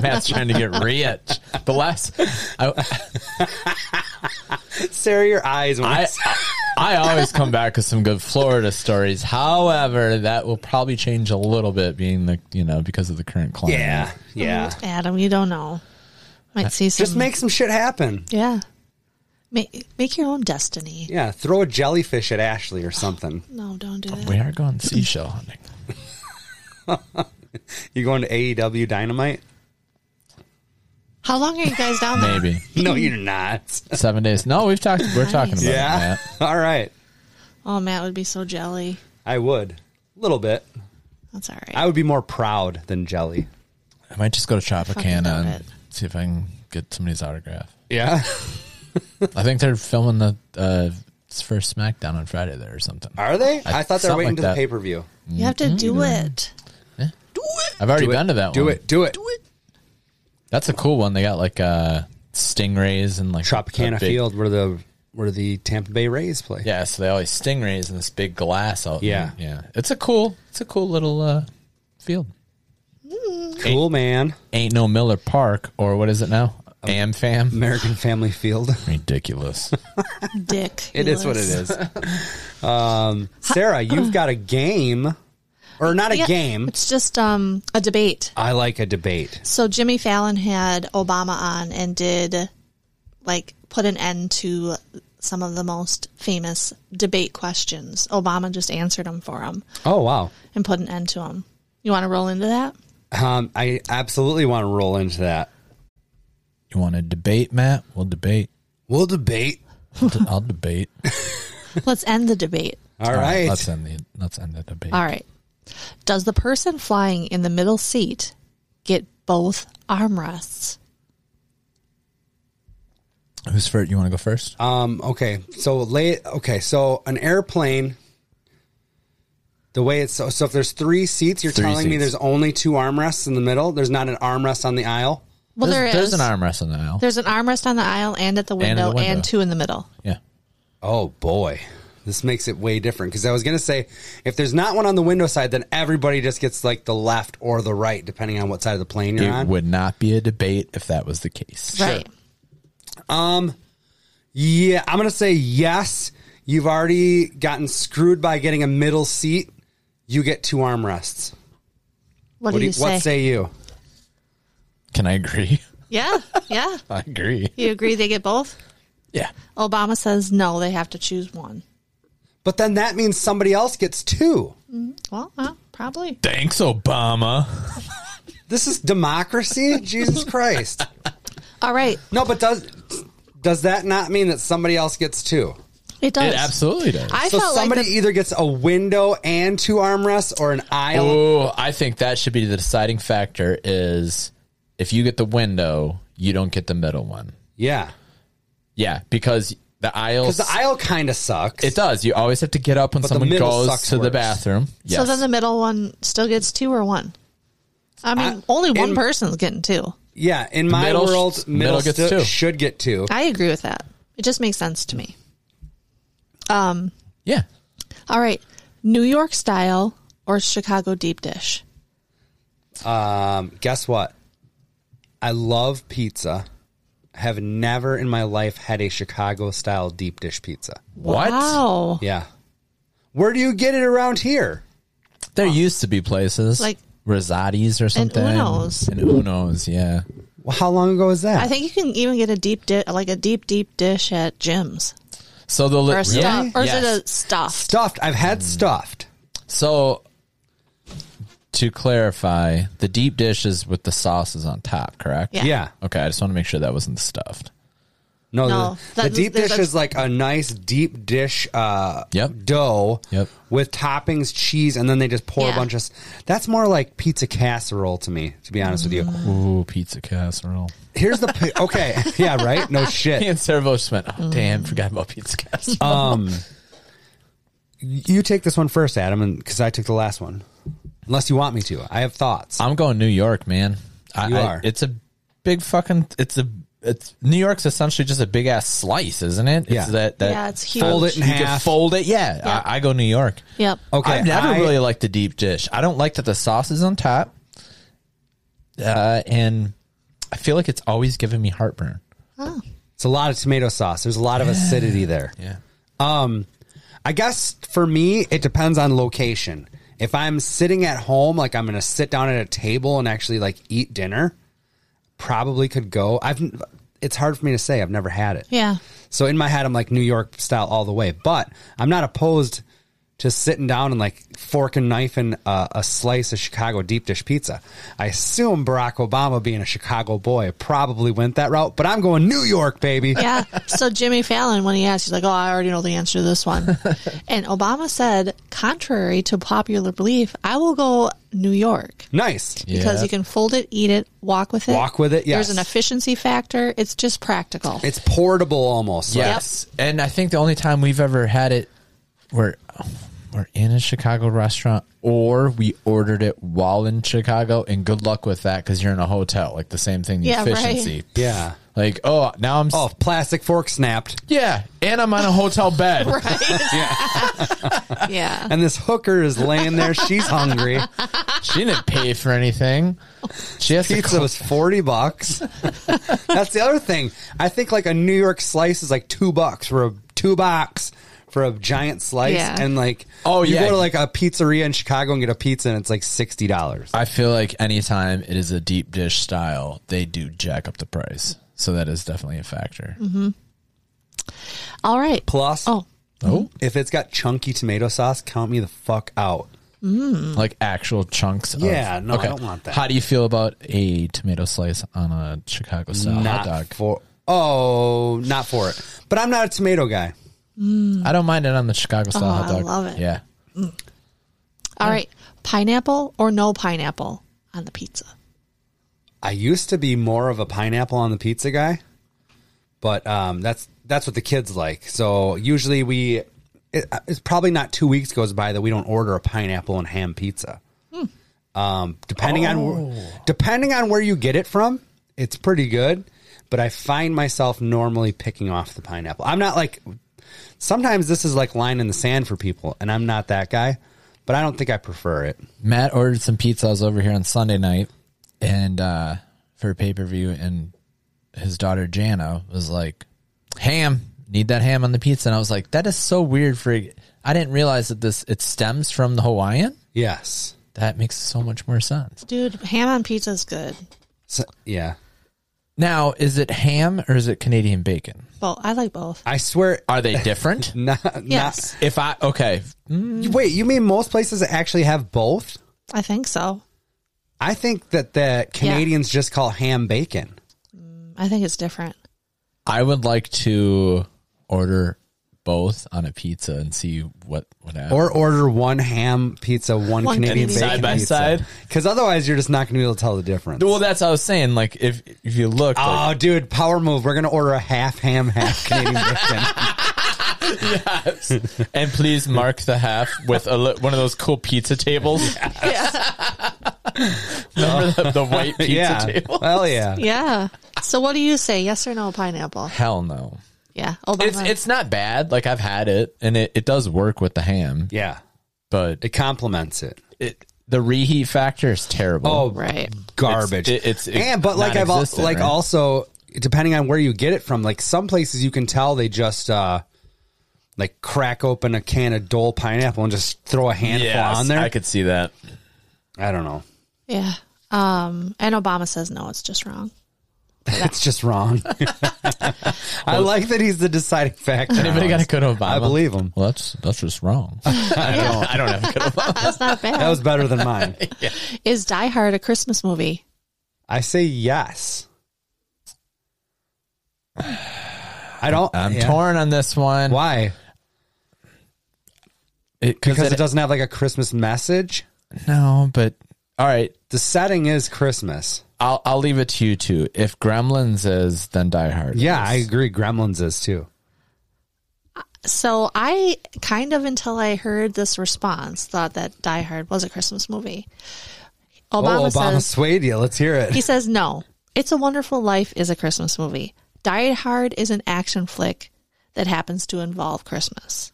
S2: [LAUGHS] [LAUGHS]
S1: [LAUGHS]
S2: Matt's trying to get rich. The last, I,
S1: Sarah, your eyes. When I,
S2: I,
S1: s-
S2: I always come back with some good Florida stories. However, that will probably change a little bit, being the you know because of the current climate.
S1: yeah, yeah.
S3: Adam, you don't know. Might see some.
S1: Just make some shit happen.
S3: yeah. Make make your own destiny.
S1: Yeah, throw a jellyfish at Ashley or something.
S3: No, don't do that.
S2: we are going seashell hunting.
S1: You going to AEW Dynamite?
S3: How long are you guys down there?
S2: Maybe [LAUGHS]
S1: No, you're not.
S2: seven days. No, we've talked. We're talking about
S1: Yeah. [LAUGHS]
S2: it.
S1: All right.
S3: Oh, Matt would be so jelly.
S1: I would. A little bit.
S3: That's all right.
S1: I would be more proud than jelly.
S2: I might just go to Tropicana and
S3: love it.
S2: see if I can get somebody's autograph.
S1: Yeah.
S2: I think they're filming the uh, first SmackDown on Friday there or something.
S1: Are they? I, thought they were
S2: something
S1: waiting
S2: like
S1: to the
S2: that.
S1: pay per view.
S3: you have to do
S1: Mm-hmm.
S3: it.
S2: I've already
S1: Do it.
S2: been to that
S1: Do
S2: one.
S1: it. Do it.
S2: That's a cool one. They got like uh, stingrays and like
S1: Tropicana
S2: a big-
S1: Field where the where the Tampa Bay Rays play.
S2: Yeah, so they always stingrays in this big glass out.
S1: Yeah.
S2: there. yeah. It's a cool, it's a cool little uh, field.
S1: Cool man.
S2: Ain't no Miller Park or what is it now? AmFam.
S1: American Family Field.
S2: Ridiculous.
S3: Dick.
S1: [LAUGHS] It is what it is. um, [LAUGHS] Sarah, you've got a game, or not a
S3: Yeah,
S1: game.
S3: It's just um, a debate.
S1: I like a debate.
S3: So Jimmy Fallon had Obama on and did like put an end to some of the most famous debate questions. Obama just answered them for him
S1: Oh wow.
S3: and put an end to them. You want to roll into that?
S1: Um, I absolutely want to roll into that.
S2: you want to debate, Matt? We'll debate.
S1: We'll debate.
S2: I'll, de- I'll debate.
S3: Let's end the debate.
S1: [LAUGHS] All right.
S2: Let's end the let's end the debate.
S3: All right. Does the person flying in the middle seat get both armrests?
S2: Who's first? You want to go first?
S1: Um, okay. So lay. Okay. So an airplane. The way it's so, so if there's three seats, you're
S2: Three
S1: telling me
S2: seats.
S1: there's only two armrests in the middle. There's not an armrest on the aisle.
S3: Well,
S2: there's,
S3: there
S2: there's an
S3: is.
S2: armrest on the aisle.
S3: There's an armrest on the aisle and at the
S2: in the
S3: window and,
S2: window.
S3: two in the middle.
S2: Yeah.
S1: Oh boy, this makes it way different. Because I was gonna say, if there's not one on the window side, then everybody just gets like the left or the right, depending on what side of the plane you're
S2: It
S1: on.
S2: would not be a debate if that was the case.
S3: Right.
S1: yeah, I'm gonna say yes. You've already gotten screwed by getting a middle seat. You get two armrests.
S3: What,
S1: What
S3: do
S1: do
S3: you
S1: you- what
S3: say?
S1: say you?
S2: Can I agree?
S3: Yeah. Yeah.
S2: I agree.
S3: You agree they get both?
S2: Yeah.
S3: Obama says no, they have to choose one.
S1: But then that means somebody else gets two.
S3: Well, well probably.
S2: Thanks, Obama.
S1: This is
S3: [LAUGHS]
S1: democracy? Jesus Christ.
S3: All right.
S1: No, but does does that not mean that somebody else gets two?
S3: It does.
S2: It absolutely does.
S3: I
S1: so
S3: felt
S1: somebody
S3: like the,
S1: either gets a window and two armrests or an aisle.
S2: oh, I think that should be the deciding factor. Is if you get the window, you don't get the middle one.
S1: Yeah.
S2: Yeah, because the aisle.
S1: Because the aisle kind of sucks.
S2: It does. You always have to get up when
S1: But the
S2: someone
S1: middle
S2: goes
S1: sucks
S2: to the
S1: worse.
S2: bathroom. Yes.
S3: so then the middle one still gets two or one. I mean,
S1: I-
S3: only one
S1: in-
S3: person's getting two.
S1: yeah, in my
S2: middle-
S1: world, middle,
S2: middle gets
S1: stu-
S2: two.
S1: should get two.
S3: I agree with that. It just makes sense to me.
S2: yeah.
S3: All right. New York style or Chicago deep dish?
S1: Um, guess what? I love pizza. Have never in my life had a Chicago style deep dish pizza.
S2: What?
S3: Wow.
S1: Yeah. Where do you get it around here?
S2: There used to be places
S3: Like-
S2: Rosati's or something.
S3: Uno's.
S2: And Uno's, yeah.
S1: Well, how long ago was that?
S3: I think you can even get a deep di- like a deep deep dish at gyms
S2: So the
S3: or a
S2: li-
S3: stuff or
S2: Yes.
S3: is it a stuffed?
S1: stuffed. I've had
S3: Mm.
S1: stuffed.
S2: So to clarify, the deep dish is with the sauces on top, correct?
S3: Yeah.
S1: Yeah.
S2: Okay, I just want to make sure that wasn't stuffed.
S1: No,
S3: No,
S1: the, the
S3: that-
S1: deep
S3: there's
S1: dish
S3: a-
S1: is like a nice deep dish uh,
S2: Yep.
S1: dough
S2: Yep.
S1: with toppings, cheese, and then they just pour a
S3: Yeah.
S1: bunch of. s- That's more like pizza casserole to me, to be honest with
S3: Mm.
S1: you.
S2: Ooh, pizza casserole.
S1: Here's the pi-
S3: [LAUGHS]
S1: okay, [LAUGHS] yeah, right. No
S2: Me
S1: shit.
S2: [LAUGHS] and Sarah both just went, oh, damn, forgot about pizza [LAUGHS] casserole.
S1: You take this one first, Adam, and because I took the last one. Unless you want me to, I have thoughts.
S2: I'm going New York, man. I,
S1: You
S2: I-
S1: are.
S2: it's a big fucking. It's a. It's New York's essentially just a big ass slice, isn't it? It's
S1: Yeah.
S2: That, that
S3: Yeah, it's huge.
S1: Fold it in
S2: you can
S1: half.
S2: fold it. Yeah,
S3: Yeah.
S2: I, I go New York.
S3: Yep.
S1: Okay,
S2: I've never
S1: I-
S2: really liked the deep dish. I don't like that the sauce is on top, uh, and I feel like it's always giving me heartburn.
S1: It's a lot of tomato sauce. There's a lot of acidity there.
S2: Yeah.
S1: Um, I guess for me, it depends on location. If I'm sitting at home, like I'm going to sit down at a table and actually like eat dinner, probably could go. I've it's hard for me to say. I've never had it.
S3: Yeah.
S1: So in my head, I'm like New York style all the way, but I'm not opposed just sitting down and like fork and knife and uh, a slice of Chicago deep dish pizza. I assume Barack Obama, being a Chicago boy, probably went that route, but I'm going New York, baby.
S3: Yeah. So Jimmy Fallon, when he asked, he's like, "Oh, I already know the answer to
S1: [LAUGHS]
S3: this one." and Obama said, "Contrary to popular belief, I will go New York
S1: Nice.
S3: because
S2: Yeah.
S3: you can fold it, eat it, walk with it.
S1: Walk with it, yes.
S3: There's an efficiency factor. It's just practical.
S1: It's portable almost. Like,
S2: Yes, and I think the only time we've ever had it, we're we're in a Chicago restaurant, or we ordered it while in Chicago, and good luck with that because you're in a hotel. Like the same thing, the
S3: Yeah, right.
S2: efficiency.
S1: Yeah.
S2: Like oh, now I'm s-
S1: Oh, plastic fork snapped.
S2: yeah, and I'm on a hotel bed.
S3: [LAUGHS] [LAUGHS] right.
S1: [LAUGHS] Yeah.
S3: [LAUGHS] yeah.
S1: and this hooker is laying there. She's
S3: [LAUGHS]
S1: hungry.
S2: She didn't pay for anything. She has to
S1: Pizza was 40 bucks. That's the other thing. I think like a New York slice is like 2 bucks for a 2 bucks for a giant slice
S3: Yeah.
S1: and like
S2: Oh,
S1: you
S2: yeah.
S1: go to like a pizzeria in Chicago and get a pizza and it's like $60.
S2: I feel like anytime it is a deep dish style, they do jack up the price. So that is definitely a factor.
S3: All right.
S1: Plus
S3: Oh,
S2: Oh,
S1: if it's got chunky tomato sauce, count me the fuck out.
S2: Mm-hmm. like actual chunks.
S1: Yeah,
S2: of,
S1: no, I don't want that.
S2: How do you feel about a tomato slice on a Chicago style hot
S1: Not
S2: dog?
S1: for Oh, not for it. But I'm not a tomato guy.
S2: I don't mind it on the Chicago style
S3: Oh,
S2: hot
S3: I
S2: dog.
S3: love it.
S2: Yeah,
S3: all right. Pineapple or no pineapple on the pizza?
S1: I used to be more of a pineapple on the pizza guy, but um, that's that's what the kids like. So usually we, it, it's probably not two weeks goes by that we don't order a pineapple and ham pizza. Um, depending on wh- depending on where you get it from, it's pretty good. But I find myself normally picking off the pineapple. I'm not like sometimes this is like line in the sand for people, and I'm not that guy. But I don't think I prefer it.
S2: Matt ordered some pizza. I was over here on Sunday night, and uh, for pay per view, and his daughter Jana was like, "Ham, need that ham on the pizza." And I was like, "That is so weird." For I didn't realize that this it stems from the Hawaiian.
S1: Yes.
S2: That makes so much more sense.
S3: Dude, ham on pizza is good.
S1: So, yeah.
S2: Now, is it ham or is it Canadian bacon?
S3: Well, I like both.
S1: I swear.
S2: Are [LAUGHS] they different?
S1: Not, not,
S3: Yes, Mm.
S2: if I okay,
S1: Wait, you mean most places actually have both?
S3: I think so.
S1: I think that the Canadians just call ham bacon.
S3: I think it's different.
S2: I would like to order both on a pizza and see what what happens.
S1: Or order one ham pizza, one,
S3: One
S1: Canadian
S3: Canadian.
S1: bacon
S2: Side by side?
S1: Because otherwise, you're just not going to be able to tell the difference.
S2: well, that's what I was saying. Like if if you look, like,
S1: oh, dude, power move. We're going to order a half ham, half Canadian bacon. Ah.
S2: [LAUGHS] and please mark the half with a li- one of those cool pizza tables. [LAUGHS] Remember the, the white pizza
S1: yeah.
S2: table?
S1: Well, yeah.
S3: Yeah. So what do you say? Yes or no pineapple?
S2: Hell no.
S3: Yeah. Obama.
S2: It's it's not bad. Like I've had it, and it, it does work with the ham,
S1: Yeah.
S2: but
S1: It complements it.
S2: it, the reheat factor is terrible.
S1: Oh,
S3: right.
S1: garbage.
S2: It's- it- it's- it-
S1: and but like I've al-
S2: non-existent,
S1: like
S2: right?
S1: also depending on where you get it from, like some places you can tell they just uh like crack open a can of Dole pineapple and just throw a handful
S2: Yes,
S1: on there.
S2: I
S1: I,
S2: could see that.
S1: don't
S2: [LAUGHS]
S1: know.
S3: Yeah. Um and Obama says no, it's just wrong.
S1: It's just wrong. [LAUGHS] I like that he's the deciding factor.
S2: Anybody got a good Obama?
S1: I believe him.
S2: Well, that's that's
S1: [LAUGHS]
S2: just wrong. I don't. I don't have a good Obama.
S3: That's not
S1: That
S3: bad.
S1: was better than
S2: [LAUGHS]
S1: mine.
S3: Is Die Hard a Christmas movie?
S1: I say yes. I don't.
S2: I'm
S1: yeah.
S2: torn on this one.
S1: Why?
S2: It, cause
S1: Because
S2: it,
S1: it doesn't have like a Christmas message.
S2: no, but all right.
S1: The setting is Christmas.
S2: I'll I'll leave it to you two. If Gremlins is, then Die Hard.
S1: Yeah,
S2: is.
S1: I agree. Gremlins is too.
S3: So I kind of until I heard this response thought that Die Hard was a Christmas movie. Obama,
S1: oh, Obama
S3: says
S1: swayed you. Let's hear
S3: he
S1: it.
S3: says no. It's a Wonderful Life is a Christmas movie. Die Hard is an action flick that happens to involve Christmas.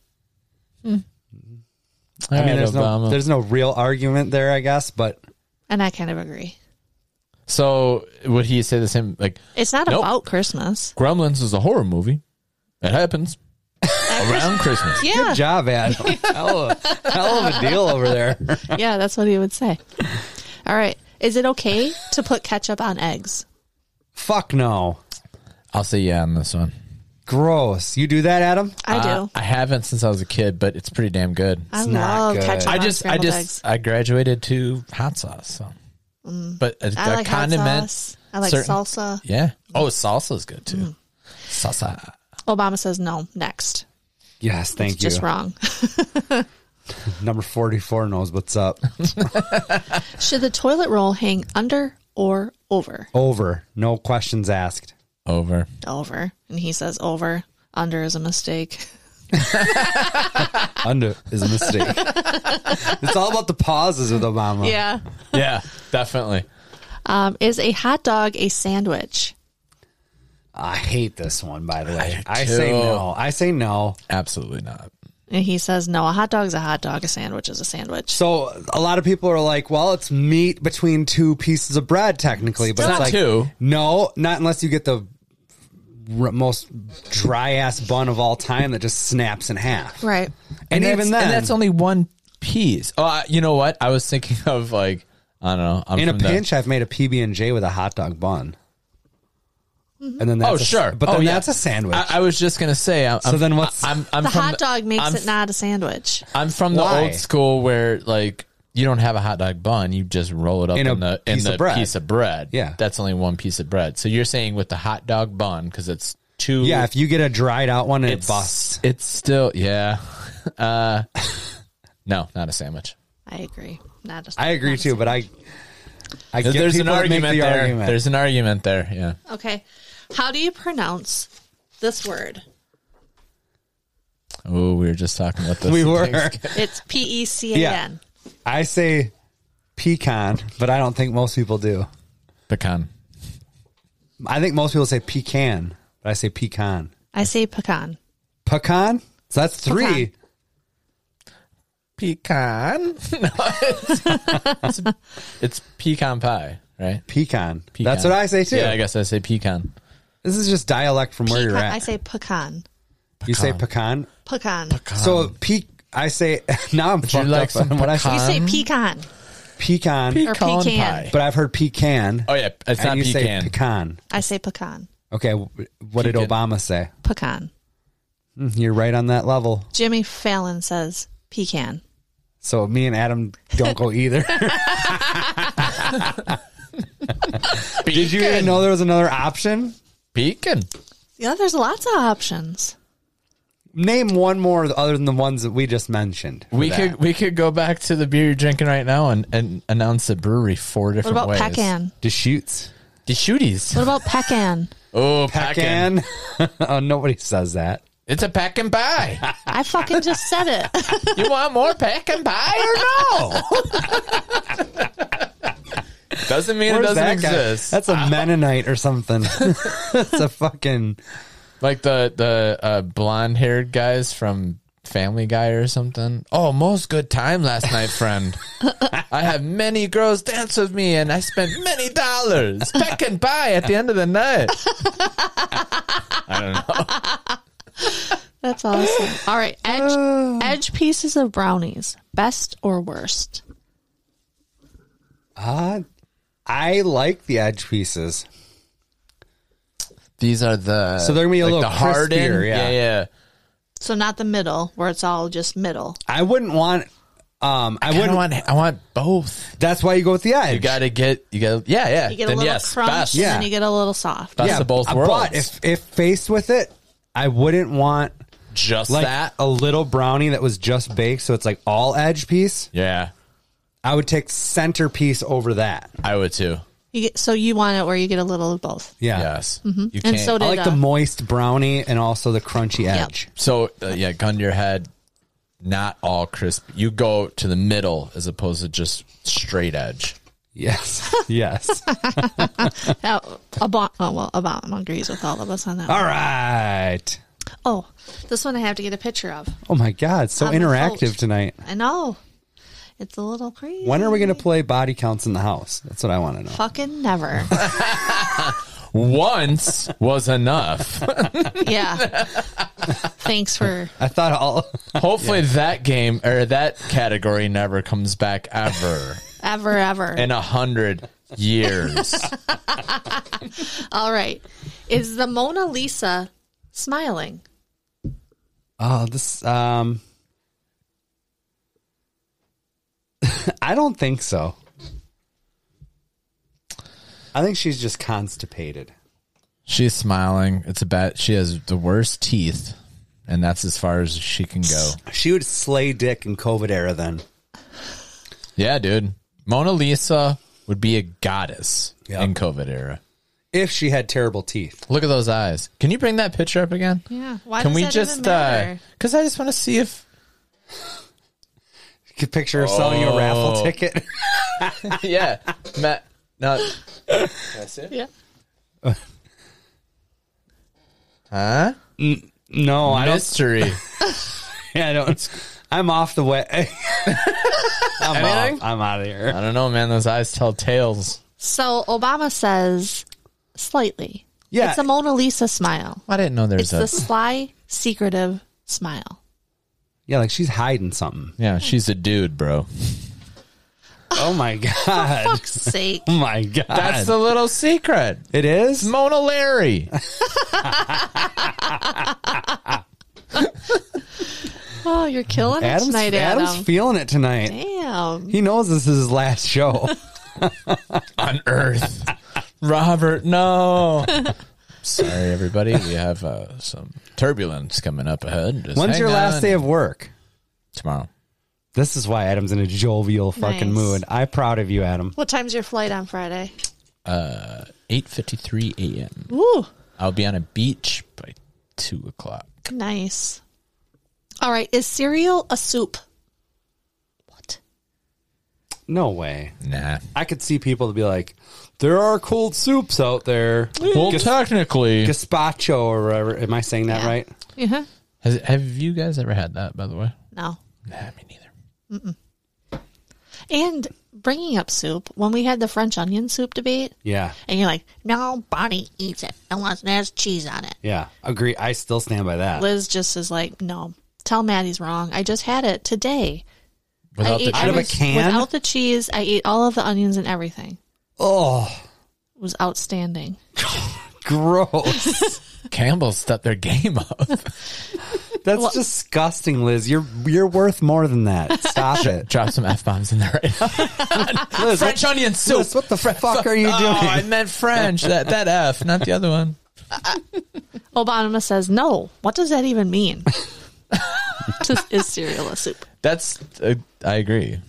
S2: All
S1: I mean,
S2: right,
S1: there's
S2: Obama.
S1: no there's no real argument there, I guess. But
S3: [LAUGHS] And I kind of agree.
S2: so would he say the same? Like
S3: It's not
S2: Nope.
S3: about Christmas.
S2: Gremlins is a horror movie. It happens around
S3: [LAUGHS]
S2: Christmas.
S3: Yeah.
S1: good job, Adam. hell, of, hell of a deal over there.
S3: Yeah, that's what he would say. All right. Is it okay to put ketchup on eggs?
S1: Fuck no.
S2: I'll say yeah on this one.
S1: gross. You do that, Adam?
S3: I do.
S2: Uh, I haven't since I was a kid, but it's pretty damn good.
S3: I
S1: not
S3: love
S1: good.
S3: ketchup.
S2: I
S3: on
S2: just, I
S3: scrambled
S2: just,
S3: eggs. Mm.
S2: I graduated to hot sauce. So, but a,
S3: I
S2: a
S3: like hot
S2: condiment,
S3: sauce. Mm. I like
S2: certain-
S3: salsa.
S2: Yeah. Oh, salsa is good too. Salsa.
S3: Obama says no. Next,
S1: Yes, thank you.
S3: just wrong. [LAUGHS]
S1: Number 44 knows what's up.
S3: Should the toilet roll hang under or over?
S1: Over. No questions asked.
S2: Over.
S3: Over, and he says over. Under is a mistake.
S1: Under is a
S3: [LAUGHS]
S1: mistake. it's all about the pauses with Obama.
S3: Yeah.
S2: Yeah, definitely.
S3: Um, is a hot dog a sandwich?
S1: I hate this one, by the way.
S2: I
S1: I,
S2: do
S1: say
S2: too.
S1: no. I say no.
S2: Absolutely not.
S3: And he says no. A hot dog's a hot dog. A sandwich is a sandwich.
S1: So a lot of people are like, well, it's meat between two pieces of bread, technically. But
S2: Still
S1: it's
S2: not
S1: like,
S2: two.
S1: No, not unless you get the r- most dry ass bun of all time that just snaps in half.
S3: Right.
S1: And,
S2: that's-
S1: even then,
S2: and that's only one piece. Oh, I, you know what? I was thinking [LAUGHS] of like I don't know. I'm
S1: in a
S2: from the-
S1: pinch, I've made a PB and J with a hot dog bun. And then that's
S2: oh
S1: a s-
S2: sure,
S1: but then
S2: oh, yeah.
S1: that's a sandwich.
S2: I, I was just gonna say. I'm,
S1: So then what's-
S2: I'm, I'm
S3: The
S2: from
S3: hot dog makes
S2: I'm,
S3: it not a sandwich.
S2: I'm from the
S1: Why?
S2: old school where like you don't have a hot dog bun. You just roll it up in,
S1: In a
S2: the in
S1: piece of
S2: the
S1: bread.
S2: piece of bread.
S1: Yeah.
S2: that's only one piece of bread. So you're saying with the hot dog bun because it's two.
S1: yeah, if you get a dried out one and it
S2: it's-
S1: busts,
S2: It's still yeah. [LAUGHS] Uh, [LAUGHS] no, not a sandwich.
S3: I agree. Not a,
S1: I agree
S3: not a
S1: too. But I, I get
S2: There's an
S1: people that make
S2: argument
S1: the
S2: there.
S1: argument.
S2: There's an argument there. Yeah.
S3: Okay. How do you pronounce this word?
S2: Oh, we were just talking about this.
S1: we were. [LAUGHS]
S3: It's P E C A N.
S1: I say pecan, but I don't think most people do.
S2: pecan.
S1: I think most people say pecan, but I say pecan.
S3: I say pecan.
S1: Pecan? So that's three.
S3: Pecan.
S2: Pecan. [LAUGHS] no, it's, it's, it's pecan pie, right?
S1: Pecan.
S2: Pecan.
S1: That's what I say too.
S2: Yeah, I guess I say pecan.
S1: This is just dialect from where
S3: Pecan.
S1: you're at.
S3: I say pecan.
S1: you say pecan.
S3: Pecan.
S1: So pe I say [LAUGHS] now I'm fucked
S2: Um, like
S1: up. [LAUGHS]
S2: some
S1: on what I
S3: You
S1: say
S2: pecan?
S3: say
S2: Um,
S3: pecan.
S1: pecan,
S3: Or pecan.
S1: but I've heard pecan.
S2: Oh yeah, it's
S1: and
S2: not
S1: you
S2: pecan.
S1: say pecan.
S3: I say pecan.
S1: Okay, wh- what did
S2: Pecan.
S1: Obama say?
S3: Pecan.
S1: Mm, You're right on that level.
S3: Jimmy Fallon says pecan.
S1: So me and Adam don't go
S3: [LAUGHS]
S1: either. Did you even know there was another option?
S2: pecan?
S3: Yeah, there's lots of options.
S1: Name one more other than the ones that we just mentioned. for
S2: We
S1: that.
S2: could we could go back to the beer you're drinking right now and, and announce the brewery four
S3: What
S2: different
S3: about
S2: ways.
S3: pecan?
S1: Deschutes.
S2: The shooties.
S3: What about pecan?
S2: Oh, pecan.
S1: Pecan. [LAUGHS] oh, nobody says that.
S2: It's a
S1: [LAUGHS]
S2: pecan pie.
S3: I fucking just said it. [LAUGHS]
S2: You want more pecan pie
S1: [LAUGHS]
S2: or no? doesn't mean it
S1: Where's
S2: doesn't
S1: that guy?
S2: exist.
S1: That's a Mennonite or
S2: [LAUGHS]
S1: something. That's a fucking.
S2: like the the uh, blonde haired guys from Family Guy or something. Oh, most good time last night, [LAUGHS] friend. I have many girls dance with me, and I spent many dollars back and buy at the end of the night. I don't know.
S3: That's awesome. All right,
S1: [SIGHS]
S3: edge edge pieces of brownies, best or worst?
S1: Uh, I like the edge pieces.
S2: These are the
S1: So they're gonna be a little crispier, yeah.
S2: yeah, yeah.
S3: So not the middle where it's all just middle.
S1: I wouldn't want. Um, I,
S2: I
S1: wouldn't.
S2: wouldn't want. I want both.
S1: that's why you go with the edge.
S2: You got to get. You got. Yeah, yeah.
S3: You get
S2: then
S3: a little
S2: yes,
S3: crunch
S2: best.
S3: and
S1: Yeah.
S3: then you get a little soft.
S2: Best of both worlds.
S1: But if if faced with it, I wouldn't want
S2: Just
S1: like
S2: that.
S1: a little brownie that was just baked, so it's like all edge piece.
S2: Yeah,
S1: I would take center piece over that.
S2: I would too.
S3: You get, so you want it where you get a little
S2: [LAUGHS]
S3: of both.
S1: Yeah.
S2: Yes. You
S3: Mm-hmm. And
S2: can't-
S3: so
S1: I like
S3: Did,
S1: the
S3: uh,
S1: moist brownie and also the crunchy edge.
S2: So uh, yeah, gun to your head. Not all crisp. You go to the middle as opposed to just straight edge.
S1: Yes. [LAUGHS] Yes.
S3: Now, Obama, oh, well, Obama agrees with all of us on that. one.
S1: all right.
S3: Oh, this one I have to get a picture of.
S1: Oh my god, so
S3: On the
S1: interactive
S3: couch.
S1: tonight.
S3: I know. It's a little crazy.
S1: When are we going to play body counts in the house? That's what I want to know.
S3: Fucking
S1: [LAUGHS]
S3: never.
S2: Once was [LAUGHS] enough.
S3: yeah. Thanks for.
S1: I thought all [LAUGHS]
S2: Hopefully that game or that category never comes back ever
S3: Ever, ever.
S2: in a hundred years.
S3: All right. Is the Mona Lisa smiling.
S1: Oh, this. Um, [LAUGHS] I don't think so. I think she's just constipated.
S2: [LAUGHS] She's smiling. It's a bad. She has the worst teeth, and that's as far as she can go.
S1: She would slay dick in COVID era then.
S2: Yeah, dude. Mona Lisa would be a goddess
S1: Yeah.
S2: in COVID era.
S1: If she had terrible teeth.
S2: Look at those eyes. Can you bring that picture up again?
S3: Yeah. Why
S2: Can
S3: does
S2: we
S3: that
S2: just? uh,
S3: even matter?
S2: Because I just want to see if. [LAUGHS]
S1: You could picture her selling you a raffle ticket. [LAUGHS]
S2: yeah, Matt. No. Can I see it?
S3: yeah.
S2: Huh?
S1: no, I don't.
S2: Mystery.
S1: I don't. I'm off the way. [LAUGHS] I'm, off.
S2: Anything?
S1: I'm out of here.
S2: I don't know, man. Those eyes tell tales.
S3: So Obama says slightly.
S1: Yeah.
S3: It's a Mona Lisa smile.
S2: I didn't know
S3: It's
S2: there's a.
S3: the sly, secretive smile.
S1: Yeah, like she's hiding something.
S2: Yeah, she's a dude, bro.
S1: Oh my [LAUGHS] god.
S3: Fuck's sake.
S1: Oh my god.
S2: That's the little secret.
S1: it is.
S2: Mona Larry.
S3: Oh, you're killing it
S1: Adam's,
S3: tonight, Adam.
S1: Adam's feeling it tonight.
S3: Damn.
S1: He knows this is his last show.
S2: on Earth. Robert, [LAUGHS] no. Sorry, everybody. We have uh, some turbulence coming up ahead. Just
S1: When's
S2: hang
S1: your last
S2: on.
S1: day of work?
S2: tomorrow?
S1: This is why Adam's in a jovial fucking
S3: Nice.
S1: mood. I'm proud of you, Adam.
S3: What time's your flight on Friday?
S2: Eight fifty-three a.m.
S3: Ooh,
S2: I'll be on a beach by two o'clock.
S3: nice. All right, is cereal a soup? What?
S1: No way.
S2: Nah.
S1: I could see people to be like, there are cold soups out there.
S2: Well,
S1: Gas-
S2: technically,
S1: gazpacho or whatever. Am I saying that
S3: Yeah.
S1: right?
S3: Uh-huh.
S2: has, have you guys ever had that? By the way,
S3: No.
S2: nah, me neither.
S3: And bringing up soup, when we had the French onion soup debate,
S1: Yeah.
S3: and you're like, nobody eats it unless there's cheese on it.
S1: Yeah. Agree. I still stand by that.
S3: Liz just is like, no, tell Maddie's wrong. I just had it today.
S2: Without
S3: I
S2: the
S3: ate
S1: Out of a
S3: every-
S1: can?
S3: Without the cheese, I ate all of the onions and everything.
S1: Oh,
S3: It was outstanding.
S1: gross.
S2: Campbell stepped their game [LAUGHS] up.
S1: That's disgusting, Liz. You're you're worth more than that. Stop it.
S2: Drop some f bombs in there. Right now. French onion soup.
S1: Liz, what the fuck are you doing?
S2: Oh, I meant French. That that f, not the other one.
S3: Obama says, no, what does that even [LAUGHS] mean? Just is cereal a soup?
S2: That's uh, I agree.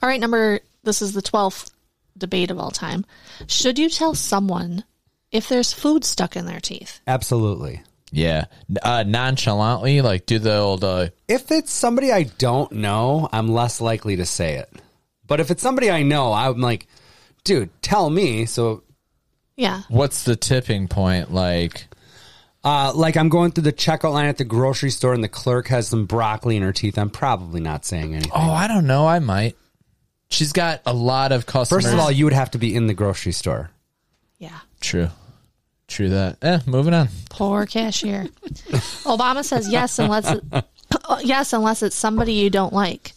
S3: All right, number this is the 12th debate of all time. Should you tell someone if there's food stuck in their teeth?
S1: Absolutely.
S2: Yeah, uh, nonchalantly, like do the old. Uh,
S1: If it's somebody I don't know, I'm less likely to say it. But if it's somebody I know, I'm like, dude, tell me. So,
S3: Yeah.
S2: what's the tipping point? Like,
S1: uh, like, I'm going through the checkout line at the grocery store, and the clerk has some broccoli in her teeth. I'm probably not saying anything.
S2: oh, I don't know. I might. She's got a lot of customers.
S1: First of all, you would have to be in the grocery store.
S3: Yeah.
S2: true, true that. Eh, moving on.
S3: Poor [LAUGHS] cashier. Obama says yes unless it, uh, yes unless it's somebody you don't like.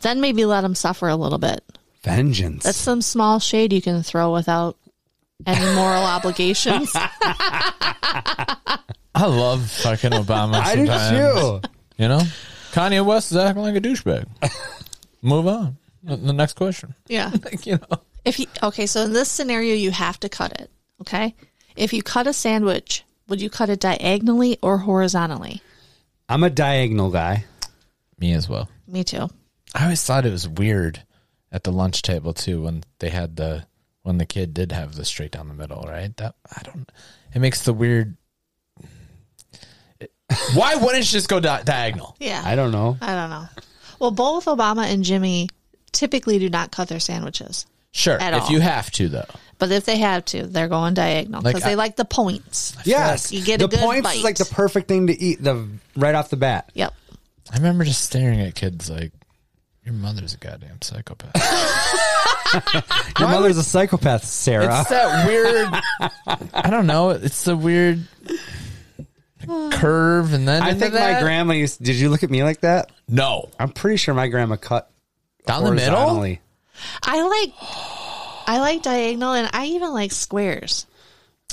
S3: Then maybe let them suffer a little bit.
S1: Vengeance.
S3: That's some small shade you can throw without any moral obligations.
S2: [LAUGHS] I love fucking Obama.
S1: I did
S2: sometimes.
S1: too.
S2: You know, Kanye West is acting like a [LAUGHS] douchebag. Move on. The- The next question.
S3: Yeah.
S2: [LAUGHS] Like, you know,
S3: If you okay, so in this scenario, you have to cut it. Okay, if you cut a sandwich, would you cut it diagonally or horizontally?
S1: I'm a diagonal guy.
S2: me as well.
S3: Me too.
S2: I always thought it was weird at the lunch table too when they had the when the kid did have the straight down the middle, right? That I don't. It makes the weird. [LAUGHS] Why wouldn't she just go di- diagonal?
S3: Yeah,
S1: I don't know.
S3: I don't know. Well, both Obama and Jimmy typically do not cut their sandwiches,
S2: Sure,
S3: At
S2: if
S3: all.
S2: you have to though.
S3: but if they have to, they're going diagonal
S2: Like,
S3: because
S2: I-
S3: they like the points.
S1: Yes,
S3: You get a
S1: the
S3: good
S1: points
S3: bite.
S1: is like the perfect thing to eat the right off the bat.
S3: Yep.
S2: I remember just staring at kids like, "Your mother's a goddamn psychopath."
S1: Your mother's a psychopath, Sarah. [LAUGHS]
S2: It's that weird. I don't know. It's
S1: [SIGHS]
S2: the weird curve, and then
S1: I
S2: into
S1: think my
S2: that-
S1: grandma used. Did you look at me like that?
S2: no
S1: I'm pretty sure my grandma cut
S2: down the middle.
S1: horizontally.
S3: I like I like diagonal, and I even like squares.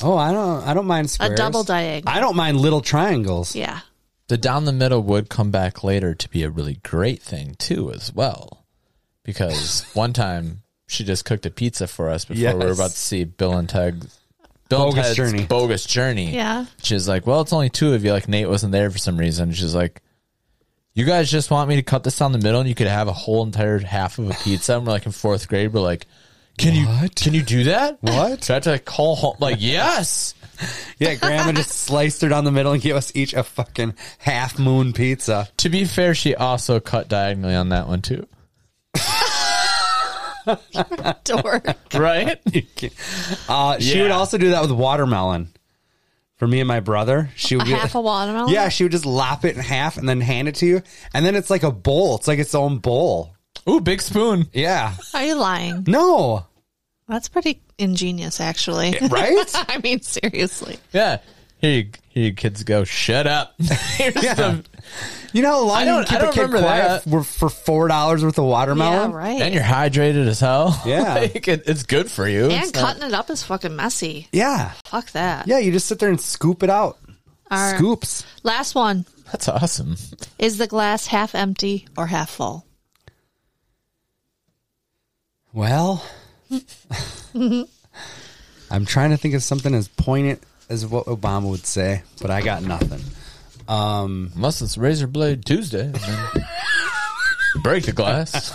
S1: Oh, I don't. I don't mind squares.
S3: double diagonal.
S1: I don't mind little triangles. [LAUGHS]
S3: Yeah.
S2: The down the middle would come back later to be a really great thing too, as well,
S1: [LAUGHS]
S2: because one time she just cooked a pizza for us before we were
S1: Yes.
S2: about to see Bill and Ted. Bill and
S1: Bogus
S2: Ted's
S1: Journey.
S2: Bogus journey.
S3: Yeah.
S2: She was like, "Well, it's only two of you. Like Nate wasn't there for some reason." She's like, "You guys just want me to cut this down the middle, and you could have a whole entire half of a pizza." And we're like in fourth grade, we're like, "Can you
S1: What?
S2: can you do that? [LAUGHS]
S1: What?
S2: So I had to like, call home. Like, yes,
S1: Yeah, Grandma
S3: [LAUGHS]
S1: just sliced her down the middle and gave us each a fucking half moon pizza. [LAUGHS]
S2: To be fair, she also cut diagonally on that one too.
S3: Dork.
S2: Right?
S1: Uh, she
S2: Yeah.
S1: would also do that with watermelon. For me and my brother, she would
S3: A
S1: be-
S3: half a watermelon?
S1: Yeah, she would just lop it in half and then hand it to you, and then it's like a bowl. It's like its own bowl.
S2: Ooh, big spoon.
S1: Yeah.
S3: Are you lying? [LAUGHS]
S1: No.
S3: That's pretty ingenious, actually.
S1: Right.
S3: [LAUGHS] I mean, seriously.
S2: Yeah. Here you, here you kids go. Shut up. Here's
S1: Yeah.
S2: the-
S1: You know how long
S2: I
S1: you
S2: don't-
S1: can keep
S2: I don't
S1: a kid
S2: remember
S1: quiet
S2: that.
S1: for, for four dollars worth of watermelon?
S3: Yeah, right.
S2: and you're hydrated as hell.
S1: Yeah.
S2: [LAUGHS] Like, it- it's good for you. It's
S3: and
S2: not-
S3: cutting it up is fucking messy.
S1: Yeah.
S3: Fuck that.
S1: Yeah, you just sit there and scoop it out.
S3: All right.
S1: Scoops.
S3: Last one.
S2: that's awesome.
S3: Is the glass half empty or half full? [LAUGHS]
S1: Well, I'm trying to think of something as poignant as what Obama would say, but I got nothing.
S2: Unless it's Razor Blade Tuesday. [LAUGHS] and then Break the glass.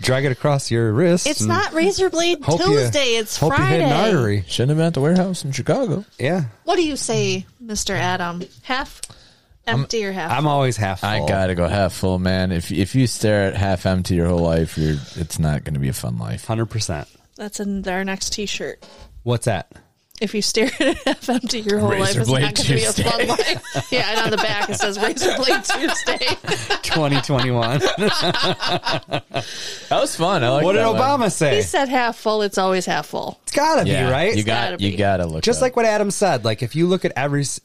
S1: Drag it across your wrist.
S3: It's
S1: and
S3: not Razor Blade
S1: Hmm. hope you-
S3: Tuesday. it's
S1: hope
S3: Friday.
S1: you hit an artery.
S2: Shouldn't have been at the warehouse in Chicago.
S1: Yeah,
S3: What do you say, Mr. Adam? Half empty or half?
S1: I'm always half. Full.
S2: I gotta go half full, man. If if you stare at half empty your whole life, you're it's not gonna be a fun life.
S1: hundred percent.
S3: That's in our next T-shirt.
S1: What's that?
S3: If you stare [LAUGHS] at half empty your whole
S2: Razor
S3: life, it's not
S2: Blade
S3: going to be a fun life. [LAUGHS] yeah, and on the back it says
S1: [LAUGHS]
S3: Razor Blade Tuesday.
S1: 2021.
S2: That was fun. I like
S1: what did
S2: that one.
S1: Obama say?
S3: he said half full. It's always half full.
S1: It's gotta be right.
S2: You got
S3: gotta
S2: you
S3: be.
S2: gotta look
S1: just
S2: it up.
S1: like what Adam said, like if you look at every, s-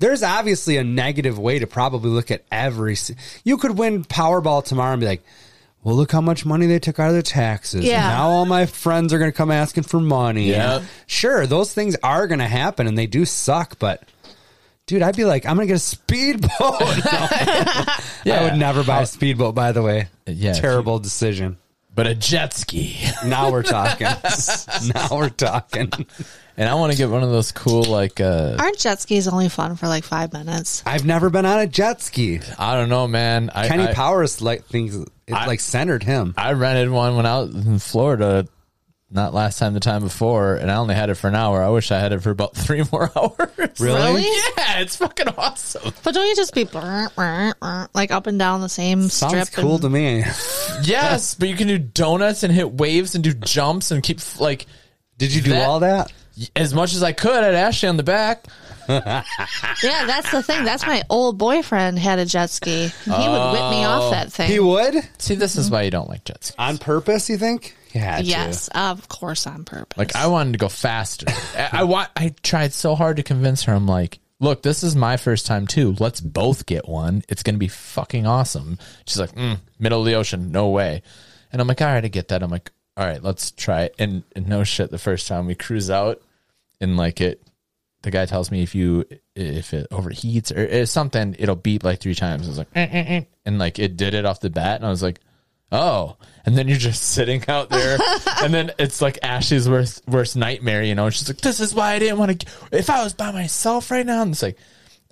S1: there's obviously a negative way to probably look at every. s- You could win Powerball tomorrow and be like, "Well, look how much money they took out of their taxes.
S3: Yeah.
S1: Now all my friends are going to come asking for money.
S2: Yeah.
S1: Sure, those things are going to happen, and they do suck. But dude, I'd be like, I'm going to get a speedboat. [LAUGHS] No, I would never buy a speedboat. By the way,
S2: Yeah, if you-
S1: terrible decision.
S2: but a jet ski.
S1: Now we're talking.
S2: [LAUGHS]
S1: now we're talking.
S2: And I want to get one of those cool like uh
S3: Aren't jet skis only fun for like five minutes?
S1: I've never been on a jet ski.
S2: I don't know, man. I
S1: Kenny
S2: I,
S1: Powers like things it
S2: I-
S1: like centered him.
S2: I rented one when I was in Florida not last time the time before and I only had it for an hour. I wish I had it for about [LAUGHS] 3 more hours.
S1: Really?
S2: Yeah, it's fucking awesome.
S3: But don't you just be brr, brr, brr, like up and down the same
S1: Sounds
S3: strip?
S1: cool
S3: and-
S1: to me.
S2: Yes, but you can do donuts and hit waves and do jumps and keep like
S1: Did you do
S2: That-
S1: all that?
S2: as much as I could at Ashley on the back.
S3: Yeah, that's the thing. That's my old boyfriend had a jet ski. He would whip me
S2: Oh,
S3: off that thing.
S1: He would
S2: See, this is why you don't like jet skis.
S1: on purpose. You think? Yeah.
S3: yes, of course, on purpose.
S2: Like I wanted to go faster. I, I wa- I tried so hard to convince her. I'm like, look, this is my first time too. Let's both get one. It's gonna be fucking awesome. She's like, mm, middle of the ocean, no way. And I'm like, all right, I get that. I'm like, all right, let's try it. And, and no shit, the first time we cruise out and like it, the guy tells me if you if it overheats or if something, it'll beep like three times. I was like, eh, eh, eh. and like it did it off the bat, and I was like. Oh, and then you're just sitting out there, and then it's like Ashley's worst worst nightmare, you know. She's like, "This is why I didn't want to. If I was by myself right now," and it's like,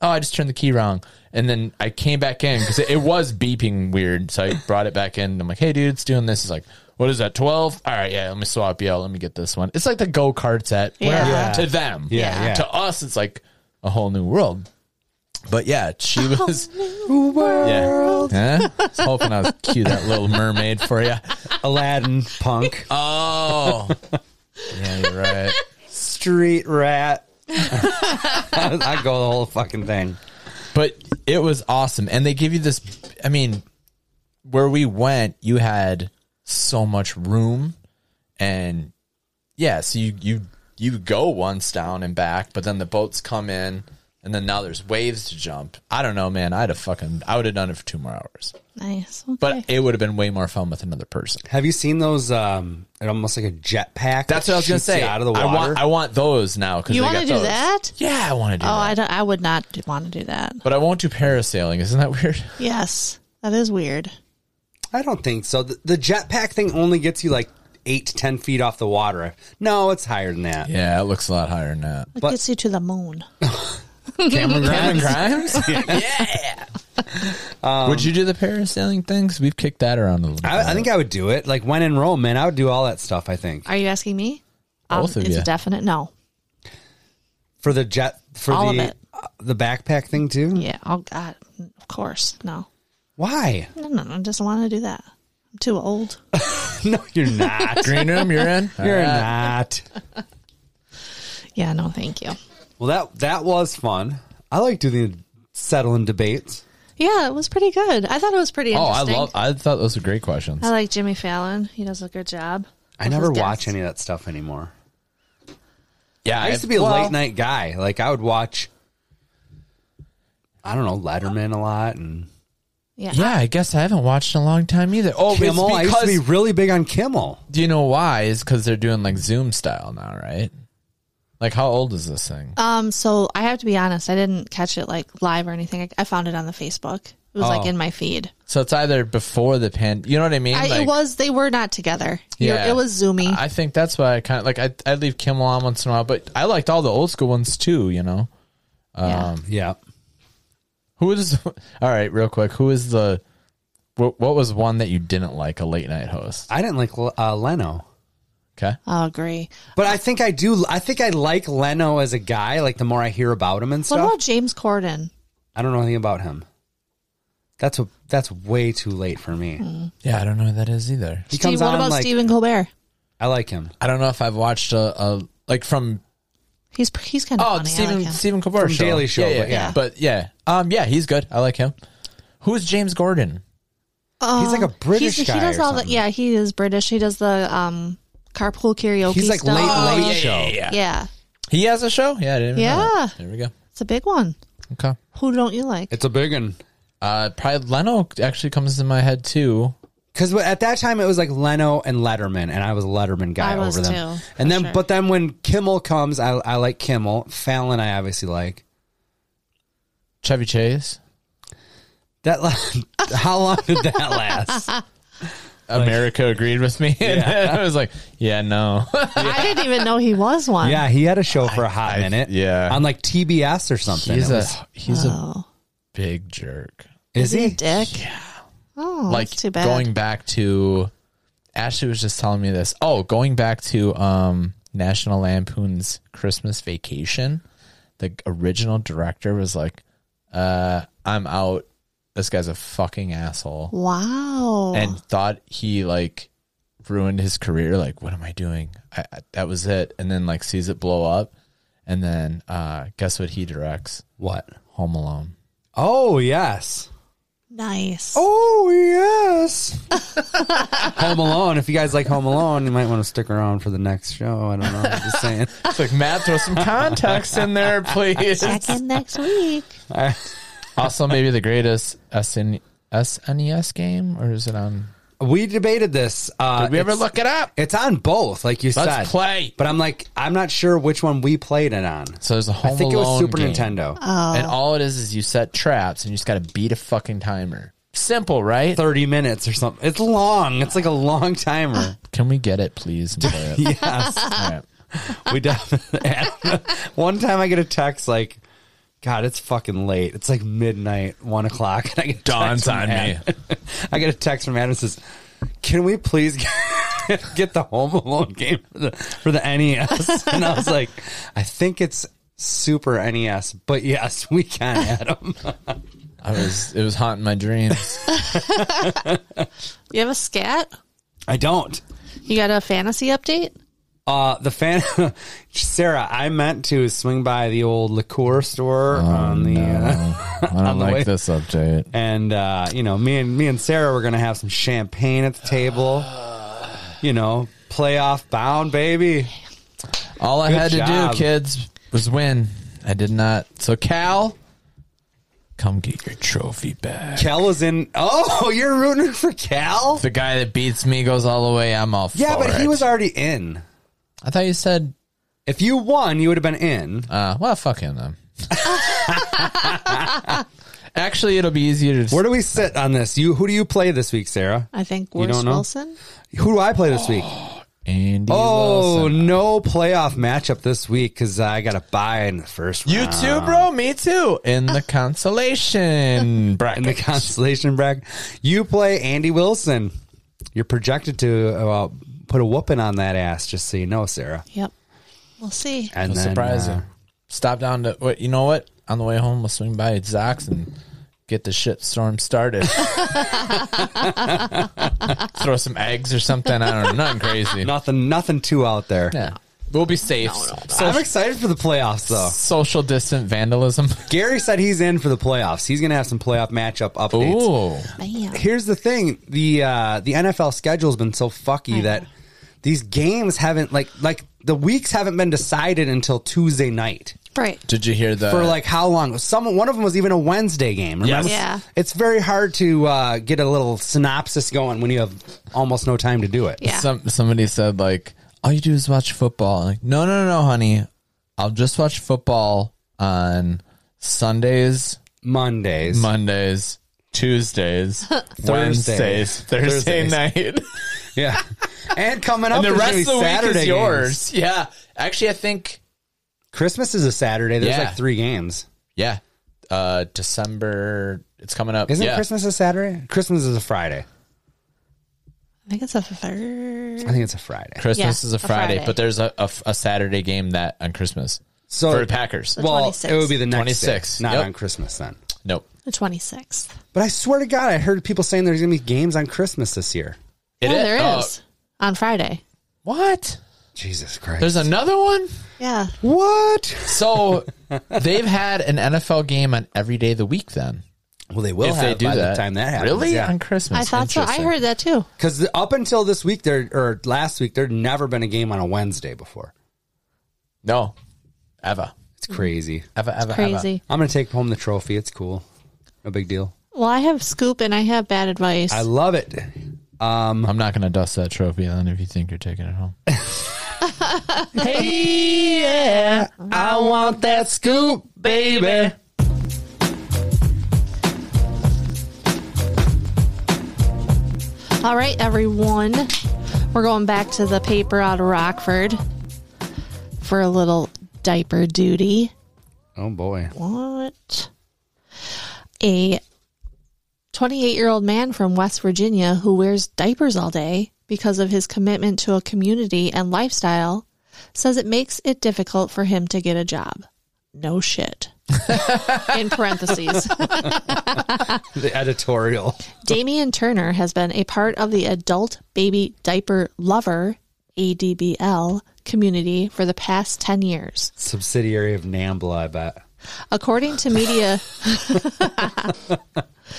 S2: "Oh, I just turned the key wrong," and then I came back in because it, it was beeping weird, so I brought it back in. And I'm like, "Hey, dude, it's doing this." It's like, "What is that? Twelve? All right, yeah. Let me swap you out. Let me get this one." It's like the go karts at wherever
S3: Yeah.
S2: to them,
S1: Yeah, yeah.
S2: To us, it's like a whole new world. But yeah, she was. Yeah. Huh? I was hoping I was cue that little mermaid for you.
S1: Aladdin,
S2: [LAUGHS]
S1: punk,
S2: Oh. [LAUGHS] Yeah, you're right.
S1: street [LAUGHS] rat. I go the whole fucking thing.
S2: But it was awesome. And they give you this I mean, where we went, you had so much room and yeah, so you you you go once down and back, but then the boats come in and and then now there's waves to jump. I don't know, man. I'd have fucking I would have done it for two more hours,
S3: Nice. Okay.
S2: but it would have been way more fun with another person.
S1: Have you seen those? Um, it almost like a jetpack.
S2: That's what I was gonna
S1: shoots you
S2: say.
S1: Out of the water.
S2: I want I want those now because
S3: you
S2: want
S3: want to do that?
S2: Yeah, I want to do
S3: Oh,
S2: that.
S3: I don't. I would not want to do that.
S2: but I won't do parasailing. Isn't that weird? [LAUGHS]
S3: Yes, that is weird.
S1: I don't think so. The, the jetpack thing only gets you like eight to ten feet off the water. No, it's higher than that.
S2: Yeah, it looks a lot higher than that.
S3: It
S1: But-
S3: gets you to
S2: [LAUGHS]
S3: the moon.
S1: [LAUGHS] Cameron
S2: Cameron
S1: Grimes.
S2: Grimes? yeah. Would you do the parasailing thing? 'Cause we've kicked that around a little bit.
S1: Um, I, I think I would do it. Like when in Rome, man, I would do all that stuff. I think
S3: Are you asking me?
S2: Both of
S3: it's
S2: you.
S3: a definite no.
S1: for the jet for
S3: All of
S1: the
S3: it.
S1: uh, the backpack thing too.
S3: Yeah. Oh God. Of course. No.
S1: Why? [LAUGHS]
S3: No. No. no I just want to do that. I'm too old.
S1: No, you're not.
S2: Green room, you're in?
S1: [LAUGHS]
S2: Uh,
S1: you're
S2: All right.
S1: not.
S3: Yeah. No. Thank you.
S1: Well, that that was fun. I like doing settling debates.
S3: Yeah, it was pretty good. I thought it was pretty
S2: Oh, I
S3: interesting.
S2: love. I thought those were great questions.
S3: I like Jimmy Fallon. He does a good job.
S1: I
S3: with
S1: never
S3: his
S1: watch
S3: guests.
S1: any of that stuff anymore.
S2: Yeah,
S1: I used to be a late night guy. Like I would watch, I don't know, Letterman a lot and
S3: Yeah.
S2: Yeah, I guess I haven't watched in a long time either. Oh, it's
S1: Kimmel. I used to
S2: because
S1: be really big on Kimmel.
S2: do you know why? Is because they're doing like Zoom style now, right? Like, how old is this thing?
S3: Um. So I have to be honest. I didn't catch it like live or anything. I, I found it on the Facebook. It was
S2: Oh.
S3: like in my feed.
S2: So it's either before the pan. You know what I mean?
S3: I, it
S2: Like,
S3: was. They were not together.
S2: Yeah.
S3: Yeah. It was zoomy.
S2: I think that's why I kind of like. I I leave Kimmel on once in a while, but I liked all the old school ones too. You know,
S3: yeah.
S2: um,
S1: Yeah.
S2: who is? [LAUGHS] All right, real quick. Who is the? What, what was one that you didn't like a late night host?
S1: I didn't like uh, Leno.
S2: Okay,
S3: I'll Oh, agree.
S1: But I think I do. I think I like Leno as a guy. Like the more I hear about him and
S3: What
S1: stuff,
S3: about James Corden?
S1: I don't know anything about him. That's a that's way too late for me.
S2: yeah, I don't know who that is either.
S1: He
S3: Steve,
S1: comes
S3: what
S1: on
S3: about
S1: like
S3: Stephen Colbert?
S1: I like him.
S2: I don't know if I've watched a, a like from
S3: He's he's kind of
S2: oh
S3: funny. I
S2: Stephen
S3: like him.
S2: Stephen Colbert
S1: From
S2: show.
S1: Daily Show,
S2: yeah, yeah,
S1: but yeah.
S2: but yeah, um, yeah, he's good. I like him. Who's James Gordon?
S1: He's like a British
S3: Oh, He's-
S1: guy
S3: He does
S1: or
S3: all the
S1: something.
S3: yeah. He is British. He does the um carpool karaoke.
S1: He's like
S3: stuff.
S1: late late
S2: Oh, yeah,
S1: show.
S2: yeah, yeah.
S3: Oh, Yeah,
S2: He has a show. Yeah, I didn't even know
S3: Yeah.
S2: that. There we go.
S3: it's a big one.
S2: Okay.
S3: Who don't you like?
S1: It's a big one.
S2: Uh, probably Leno actually comes to my head too.
S1: Because at that time it was like Leno and Letterman, and I was a Letterman guy
S3: I was
S1: over them.
S3: too, for
S1: and then,
S3: sure.
S1: but then when Kimmel comes, I, I like Kimmel. Fallon, I obviously like
S2: Chevy Chase,
S1: that. la- [LAUGHS] How long did that last?
S2: America agreed with me. [LAUGHS] And I was like, yeah, no.
S3: [LAUGHS]
S2: [LAUGHS]
S3: I didn't even know he was one.
S1: yeah, he had a show for a hot minute.
S2: yeah.
S1: on like TBS or something.
S2: he's
S1: It
S2: a
S1: was-
S2: he's
S3: Oh,
S2: a big jerk.
S1: is
S3: he a
S1: he?
S3: dick. Yeah. Oh,
S2: like
S3: that's too bad.
S2: going back to Ashley was just telling me this. Oh, going back to um National Lampoon's Christmas Vacation, the original director was like, uh, I'm out. This guy's a fucking asshole.
S3: wow.
S2: and thought he like ruined his career. Like, what am I doing? I, I, that was it. And then like sees it blow up, and then uh, guess what he directs?
S1: What?
S2: Home Alone.
S1: Oh yes.
S3: nice.
S1: Oh yes. [LAUGHS] Home Alone. If you guys like Home Alone, you might want to stick around for the next show. I don't know. I'm just
S2: [LAUGHS]
S1: saying.
S2: It's like Matt, throw some context in [LAUGHS] there, please.
S3: Back in next week.
S2: also, maybe the greatest E, SN- SNES game, or is it on?
S1: We debated this. Uh,
S2: Did we ever
S1: it's-
S2: look it up?
S1: It's on both, like you
S2: Let's
S1: said.
S2: play.
S1: But I'm like, I'm not sure which one we played it on.
S2: So there's a Home
S1: I think it
S2: Alone
S1: was Super
S2: game, Uh,
S1: Nintendo.
S2: and all it is is you set traps, and you just got to beat a fucking timer. Simple, right?
S1: 30 minutes or something. It's long. It's like a long
S2: [LAUGHS]
S1: timer.
S2: Can we get it, please? [LAUGHS] And play it?
S1: yes.
S2: All right.
S1: We [LAUGHS] definitely. one time I get a text like, God, it's fucking late. It's like midnight, one o'clock. And I get a
S2: Dawn's
S1: text from
S2: on
S1: Adam- [LAUGHS] I get a text from Adam that says, Can we please get, [LAUGHS] get the Home Alone game for the, for the NES? [LAUGHS] And I was like, I think it's Super NES, but yes, we can, Adam. [LAUGHS]
S2: I was it was haunting my dreams.
S3: You have a scat?
S1: I don't.
S3: You got a fantasy update?
S1: Uh, the fan, [LAUGHS] Sarah, I meant to swing by the old liqueur store on the, uh, [LAUGHS]
S2: I don't
S1: the
S2: like
S1: way-
S2: this update.
S1: and, uh, you know, me and, me and Sarah were going to have some champagne at the table, you know, playoff bound, baby.
S2: All I
S1: Good
S2: had to
S1: job.
S2: do, kids, was win. I did not. So Cal, come get your trophy back.
S1: Cal was in. Oh, [LAUGHS] you're rooting for Cal?
S2: The guy that beats me goes all the way. I'm all
S1: Yeah,
S2: for
S1: but he
S2: it.
S1: was already in.
S2: I thought you said,
S1: If you won, you would have been in.
S2: uh, well, fuck
S1: [LAUGHS]
S2: him then. Actually, it'll be easier to.
S1: Where do we sit on this? You, who do you play this week, Sarah?
S3: I think
S1: You
S3: worse
S1: don't know?
S3: Wilson.
S1: Who do I play this week?
S2: Andy
S1: Oh,
S2: Wilson.
S1: no playoff matchup this week because I got a buy in the first
S2: You
S1: round.
S2: too, bro. Me too. In
S1: Uh. [LAUGHS]
S2: the consolation bracket.
S1: in the consolation bracket. You play Andy Wilson. You're projected to uh, put a whooping on that ass, just so you know, Sarah.
S3: Yep. We'll see.
S1: And
S2: I'll
S1: then,
S2: surprise
S1: uh,
S2: him. Stop down to what you know. What on the way home, we'll swing by Zach's and get the shit
S1: [LAUGHS]
S2: storm started. Throw some eggs or something. I don't know. Nothing crazy.
S1: nothing, nothing too out there.
S2: yeah, we'll be safe. So-
S1: I'm excited for the playoffs, though.
S2: social distant vandalism. [LAUGHS]
S1: Gary said he's in for the playoffs. He's going to have some playoff matchup updates.
S2: Ooh,
S3: Bam.
S1: Here's the thing: the uh, the NFL schedule's been so fucky that these games haven't like like the weeks haven't been decided until Tuesday night
S3: Right.
S2: did you hear the
S1: for like how long? Someone one of them was even a Wednesday game. Remember?
S2: Yes.
S3: Yeah.
S1: It's very hard to uh, get a little synopsis going when you have almost no time to do it.
S3: Yeah.
S2: Some somebody said like, all you do is watch football. I'm like, no, no, no, no, honey, I'll just watch football on Sundays,
S1: Mondays.
S2: Mondays,
S3: [LAUGHS]
S2: Tuesdays, Wednesdays, Thursday
S1: Thursdays. [LAUGHS]
S2: night, [LAUGHS]
S1: yeah. And coming up,
S2: and the
S1: there's
S2: rest
S1: gonna
S2: of
S1: be
S2: the
S1: Saturday
S2: week is
S1: games.
S2: yours. Yeah, actually, I think
S1: Christmas is a Saturday. There's
S2: Yeah.
S1: like three games.
S2: yeah, uh, December. It's coming up.
S1: Isn't
S2: yeah.
S1: Christmas a Saturday? Christmas is a Friday.
S3: I think it's a third.
S1: I think it's a Friday.
S2: Christmas
S3: Yeah,
S2: is a
S3: a
S2: Friday,
S3: Friday.
S2: but there's a, a, a Saturday game that on Christmas
S1: So
S2: for the Packers.
S3: Well-
S1: well,
S3: 26th.
S1: it would be the next day,
S2: 26th,
S1: not
S2: yep.
S1: on Christmas then.
S2: nope.
S3: The 26th.
S1: But I swear to God, I heard people saying there's going to be games on Christmas this year.
S2: It
S3: yeah,
S2: is-
S3: there is.
S2: oh,
S3: On Friday.
S2: What?
S1: Jesus Christ!
S2: There's another one?
S3: Yeah.
S1: what? [LAUGHS]
S2: So they've had an NFL game on every day of the week then.
S1: Well, they will
S2: If
S1: have
S2: they do
S1: by
S2: that.
S1: the time that happens.
S2: Really?
S1: Yeah.
S2: On Christmas.
S3: I thought so. I
S2: Interesting.
S3: heard that too.
S1: Because up until this week, there or last week, there'd never been a game on a Wednesday before.
S2: No. Ever.
S1: It's crazy.
S2: Mm. Ever, ever,
S3: Crazy.
S1: I'm gonna take home the trophy. It's cool. No big deal.
S3: Well, I have scoop and I have bad advice.
S1: I love it.
S2: ever. I'm not going to dust that trophy then if you think you're taking it home. hey, yeah. I want that scoop, baby.
S3: All right, everyone. We're going back to the paper out of Rockford for a little diaper duty.
S1: Oh boy.
S3: What? A 28 year old man from West Virginia who wears diapers all day because of his commitment to a community and lifestyle says it makes it difficult for him to get a job. No shit. In parentheses.
S1: The editorial.
S3: Damian Turner has been a part of the Adult Baby Diaper Lover, ADBL, community for the past 10 years.
S1: Subsidiary of NAMBLA, I bet.
S3: According to media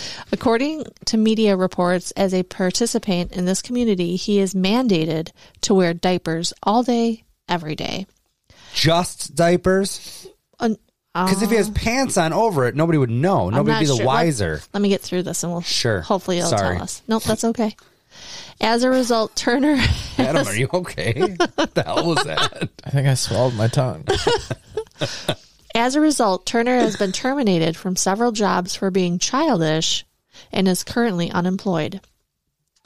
S3: [LAUGHS] According to media reports, as a participant in this community, he is mandated to wear diapers all day, every day.
S1: Just diapers?
S3: Un- uh,
S1: Because if he has pants on over it, nobody would know.
S3: I'm
S1: Nobody would
S3: not
S1: be the
S3: sure. Let-
S1: wiser.
S2: [LAUGHS]
S3: Let me get through this and we'll
S1: Sure.
S3: hopefully it'll
S1: Sorry.
S3: tell us. Nope, that's okay. As a result, Turner [LAUGHS]
S1: Adam, are you
S2: [LAUGHS]
S1: okay? what the hell was that?
S2: I think I swallowed my
S3: [LAUGHS]
S2: tongue.
S3: As a result, Turner has been terminated from several jobs for being childish and is currently unemployed.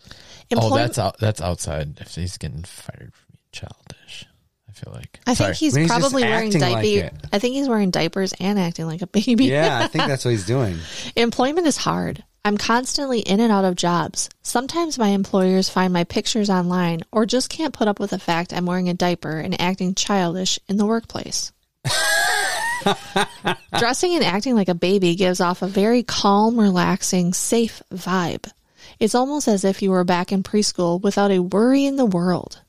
S2: oh,
S3: Employ-
S2: that's out, that's outside if he's getting fired for being childish. I feel like.
S3: I
S2: Sorry.
S3: think he's
S1: I mean, he's just
S3: probably wearing
S1: acting like
S3: diaper.
S1: it.
S3: I think he's wearing diapers and acting like a baby.
S1: Yeah, I think that's what he's doing. [LAUGHS]
S3: Employment is hard. I'm constantly in and out of jobs. Sometimes my employers find my pictures online or just can't put up with the fact I'm wearing a diaper and acting childish in the workplace. Dressing and acting like a baby gives off a very calm, relaxing, safe vibe. It's almost as if you were back in preschool without a worry in the world.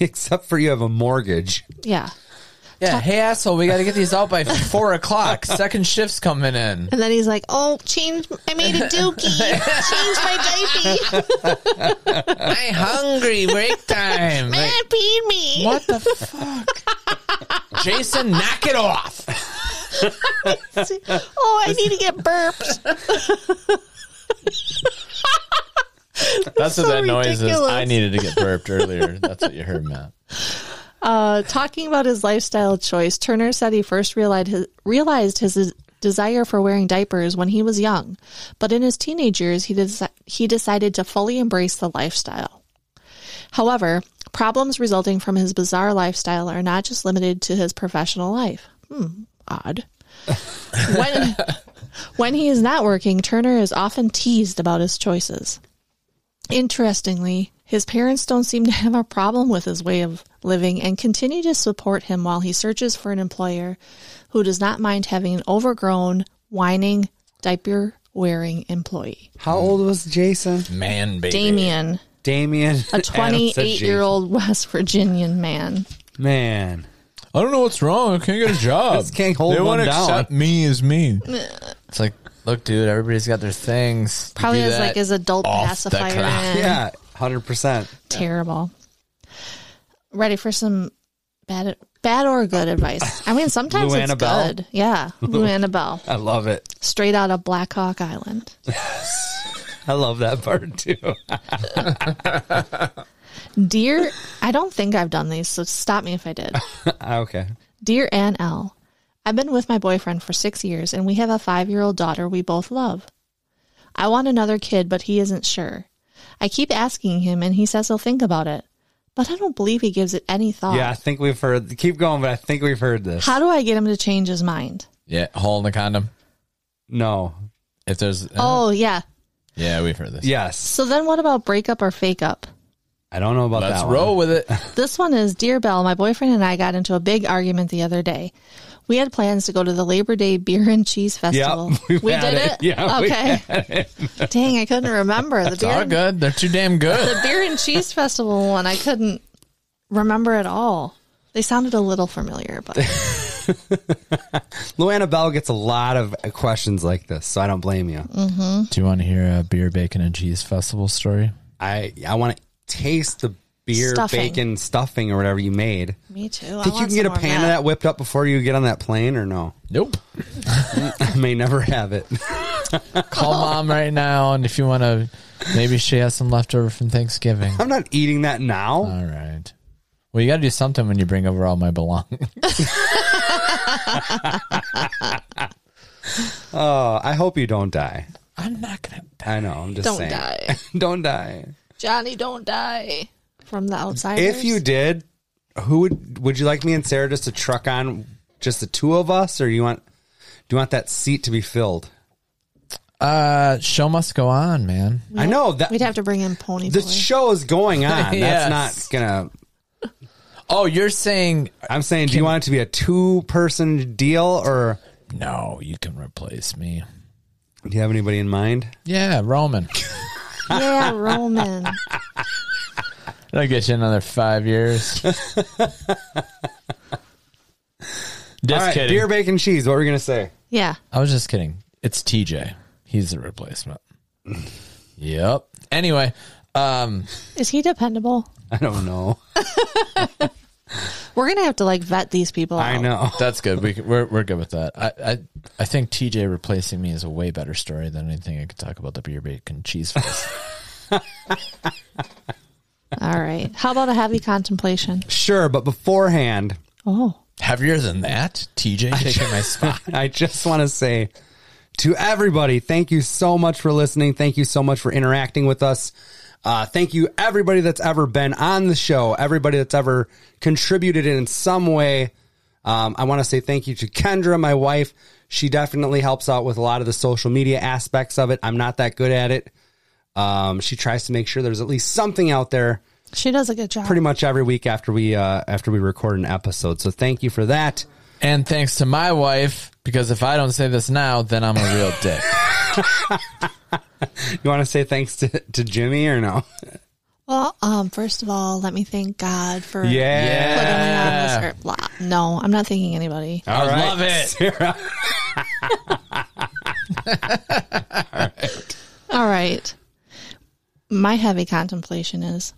S1: Except for you have a mortgage.
S3: Yeah.
S2: Yeah, hey asshole, we got to get these out by four o'clock. Second shift's coming
S3: [LAUGHS]
S2: in.
S3: And then he's like, "Oh, change! I made a [LAUGHS] dookie. change my diaper.
S2: I hungry. Break time. Like,
S3: Man, feed me."
S2: what the fuck? Jason, knock it off.
S3: [LAUGHS] oh, I need to get burped.
S2: That's what
S3: so
S2: that noise is. I
S3: ridiculous.
S2: needed to get burped earlier. That's what you heard, Matt.
S3: Uh, talking about his lifestyle choice, Turner said he first realized his, realized his desire for wearing diapers when he was young, but in his teenage years, he, deci- he decided to fully embrace the lifestyle. However, problems resulting from his bizarre lifestyle are not just limited to his professional life. Hmm, odd. when, [LAUGHS] when he is not working, Turner is often teased about his choices. Interestingly, his parents don't seem to have a problem with his way of living and continue to support him while he searches for an employer who does not mind having an overgrown, whining, diaper wearing employee.
S1: How old was Jason?
S2: Man, baby.
S3: Damien,
S1: Damien.
S3: a
S1: Adam said
S3: 28 year old West Virginian man.
S1: Jason. Man.
S2: I don't know what's wrong. I can't get [LAUGHS] a job.
S1: Just can't hold
S2: they
S1: one
S2: wanna
S1: down.
S2: accept me as me. it's like, look, dude, everybody's got their things. You
S3: Probably
S2: do
S3: has
S2: that.
S3: like his adult
S2: off the
S3: pacifier
S2: clock.
S3: in.
S1: Yeah, 100%.
S3: Terrible. Ready for some bad bad or good advice. I mean, sometimes
S1: Lou
S3: it's
S1: Annabelle?
S3: good. Yeah, Lou Annabelle.
S1: I love it.
S3: Straight out of Black Hawk Island.
S1: I love that part too.
S3: Dear, I don't think I've done these, so stop me if I did.
S1: [LAUGHS] okay.
S3: Dear Ann L., I've been with my boyfriend for six years, and we have a five year old daughter we both love. I want another kid, but he isn't sure. I keep asking him, and he says he'll think about it, but I don't believe he gives it any thought.
S1: Yeah, I think we've heard. Keep going, but I think we've heard this.
S3: Oh. How do I get him to change his mind?
S2: Yeah, hole in the condom.
S1: no.
S2: If there's. uh,
S3: Oh, yeah.
S2: Yeah, we've heard this.
S1: Yes.
S3: So then what about break up or fake up?
S1: I don't know about
S2: Let's
S1: that. one.
S2: roll with [LAUGHS] it.
S3: This one is Dear Belle, my boyfriend and I got into a big argument the other day. We had plans to go to the Labor Day Beer and Cheese Festival.
S1: [LAUGHS] we've
S3: we
S1: had
S3: did
S1: it.
S3: it?
S1: Yeah, we
S3: Okay. [LAUGHS] Dang, I couldn't remember. The
S2: It's all
S3: beer, and,
S2: good. They're too damn good.
S3: [LAUGHS] the beer and Cheese Festival one, I couldn't remember at all. They sounded a little familiar,
S1: [LAUGHS]
S3: but
S1: Luana Bell gets a lot of uh, questions like this, so I don't blame you.
S3: Mm.
S2: Do you want to hear a beer, bacon, and cheese festival story?
S1: I I want to taste the beer,
S3: Stuffing.
S1: bacon, stuffing, or whatever you made.
S3: me too. I
S1: Think you
S3: want
S1: can get a
S3: some more
S1: pan of that whipped up before you get on that plane, or no? [LAUGHS]
S2: Nope.
S1: I may never have it. [LAUGHS]
S3: [LAUGHS]
S2: Call mom right now, and if you want to, maybe she has some leftover from Thanksgiving.
S1: I'm not eating that now.
S2: [LAUGHS] All right. Well, you got to do something when you bring over all my belongings.
S1: Oh, I hope you don't die.
S2: I'm not gonna.
S1: I know. I'm just
S3: Don't
S1: saying.
S3: die.
S1: [LAUGHS] don't die.
S3: Johnny, don't die from the outside.
S1: If you did, who would would you like me and Sarah just to truck on just the two of us, or you want do you want that seat to be filled?
S2: Uh, show must go on, man.
S1: I know that
S3: We'd have to bring in Pony
S1: the
S3: Boy.
S1: show is
S3: [LAUGHS]
S1: going on.
S2: Yes.
S1: That's not gonna.
S2: Oh, you're saying
S1: I'm saying, do you want it to be a two person deal, or
S2: no? You can replace me.
S1: do you have anybody in mind?
S2: Yeah, [LAUGHS] Roman.
S3: yeah, Roman.
S1: [LAUGHS]
S2: That'll get you another five years. [LAUGHS] Just
S1: All right,
S2: kidding.
S1: beer, bacon, cheese. What were we gonna say? [LAUGHS]
S3: Yeah.
S2: I was just kidding. It's TJ. He's the replacement. yep. Anyway, um,
S3: Is he dependable?
S1: I don't know.
S3: We're going to have to like vet these people
S1: I
S3: out.
S1: know.
S2: that's good. We, can- we're we're good with that. I, I I think TJ replacing me is a way better story than anything I could talk about the beer bacon cheese [LAUGHS] fest.
S3: All right. How about a heavy contemplation?
S1: Sure, but beforehand,
S3: Oh.
S2: Heavier than that, TJ taking [LAUGHS] my spot.
S1: [LAUGHS] I just want to say to everybody, thank you so much for listening. Thank you so much for interacting with us. Uh, thank you, everybody that's ever been on the show, everybody that's ever contributed in some way. Um, I want to say thank you to Kendra, my wife. She definitely helps out with a lot of the social media aspects of it. I'm not that good at it. Um, she tries to make sure there's at least something out there
S3: She does a good job.
S1: pretty much every week after we uh, after we record an episode. So thank you for that.
S2: And thanks to my wife, because if I don't say this now, then I'm a real dick.
S1: You want to say thanks to, to Jimmy or no?
S3: well, um, first of all, let me thank God for
S1: Yeah.
S3: putting me on this earth. Blah. No, I'm not thanking anybody.
S2: I
S1: right.
S2: love it.
S3: All right. My heavy contemplation is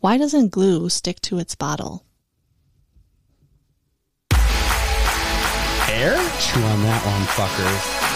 S3: why doesn't glue stick to its bottle?
S2: Air?
S1: Chew on that one, fuckers.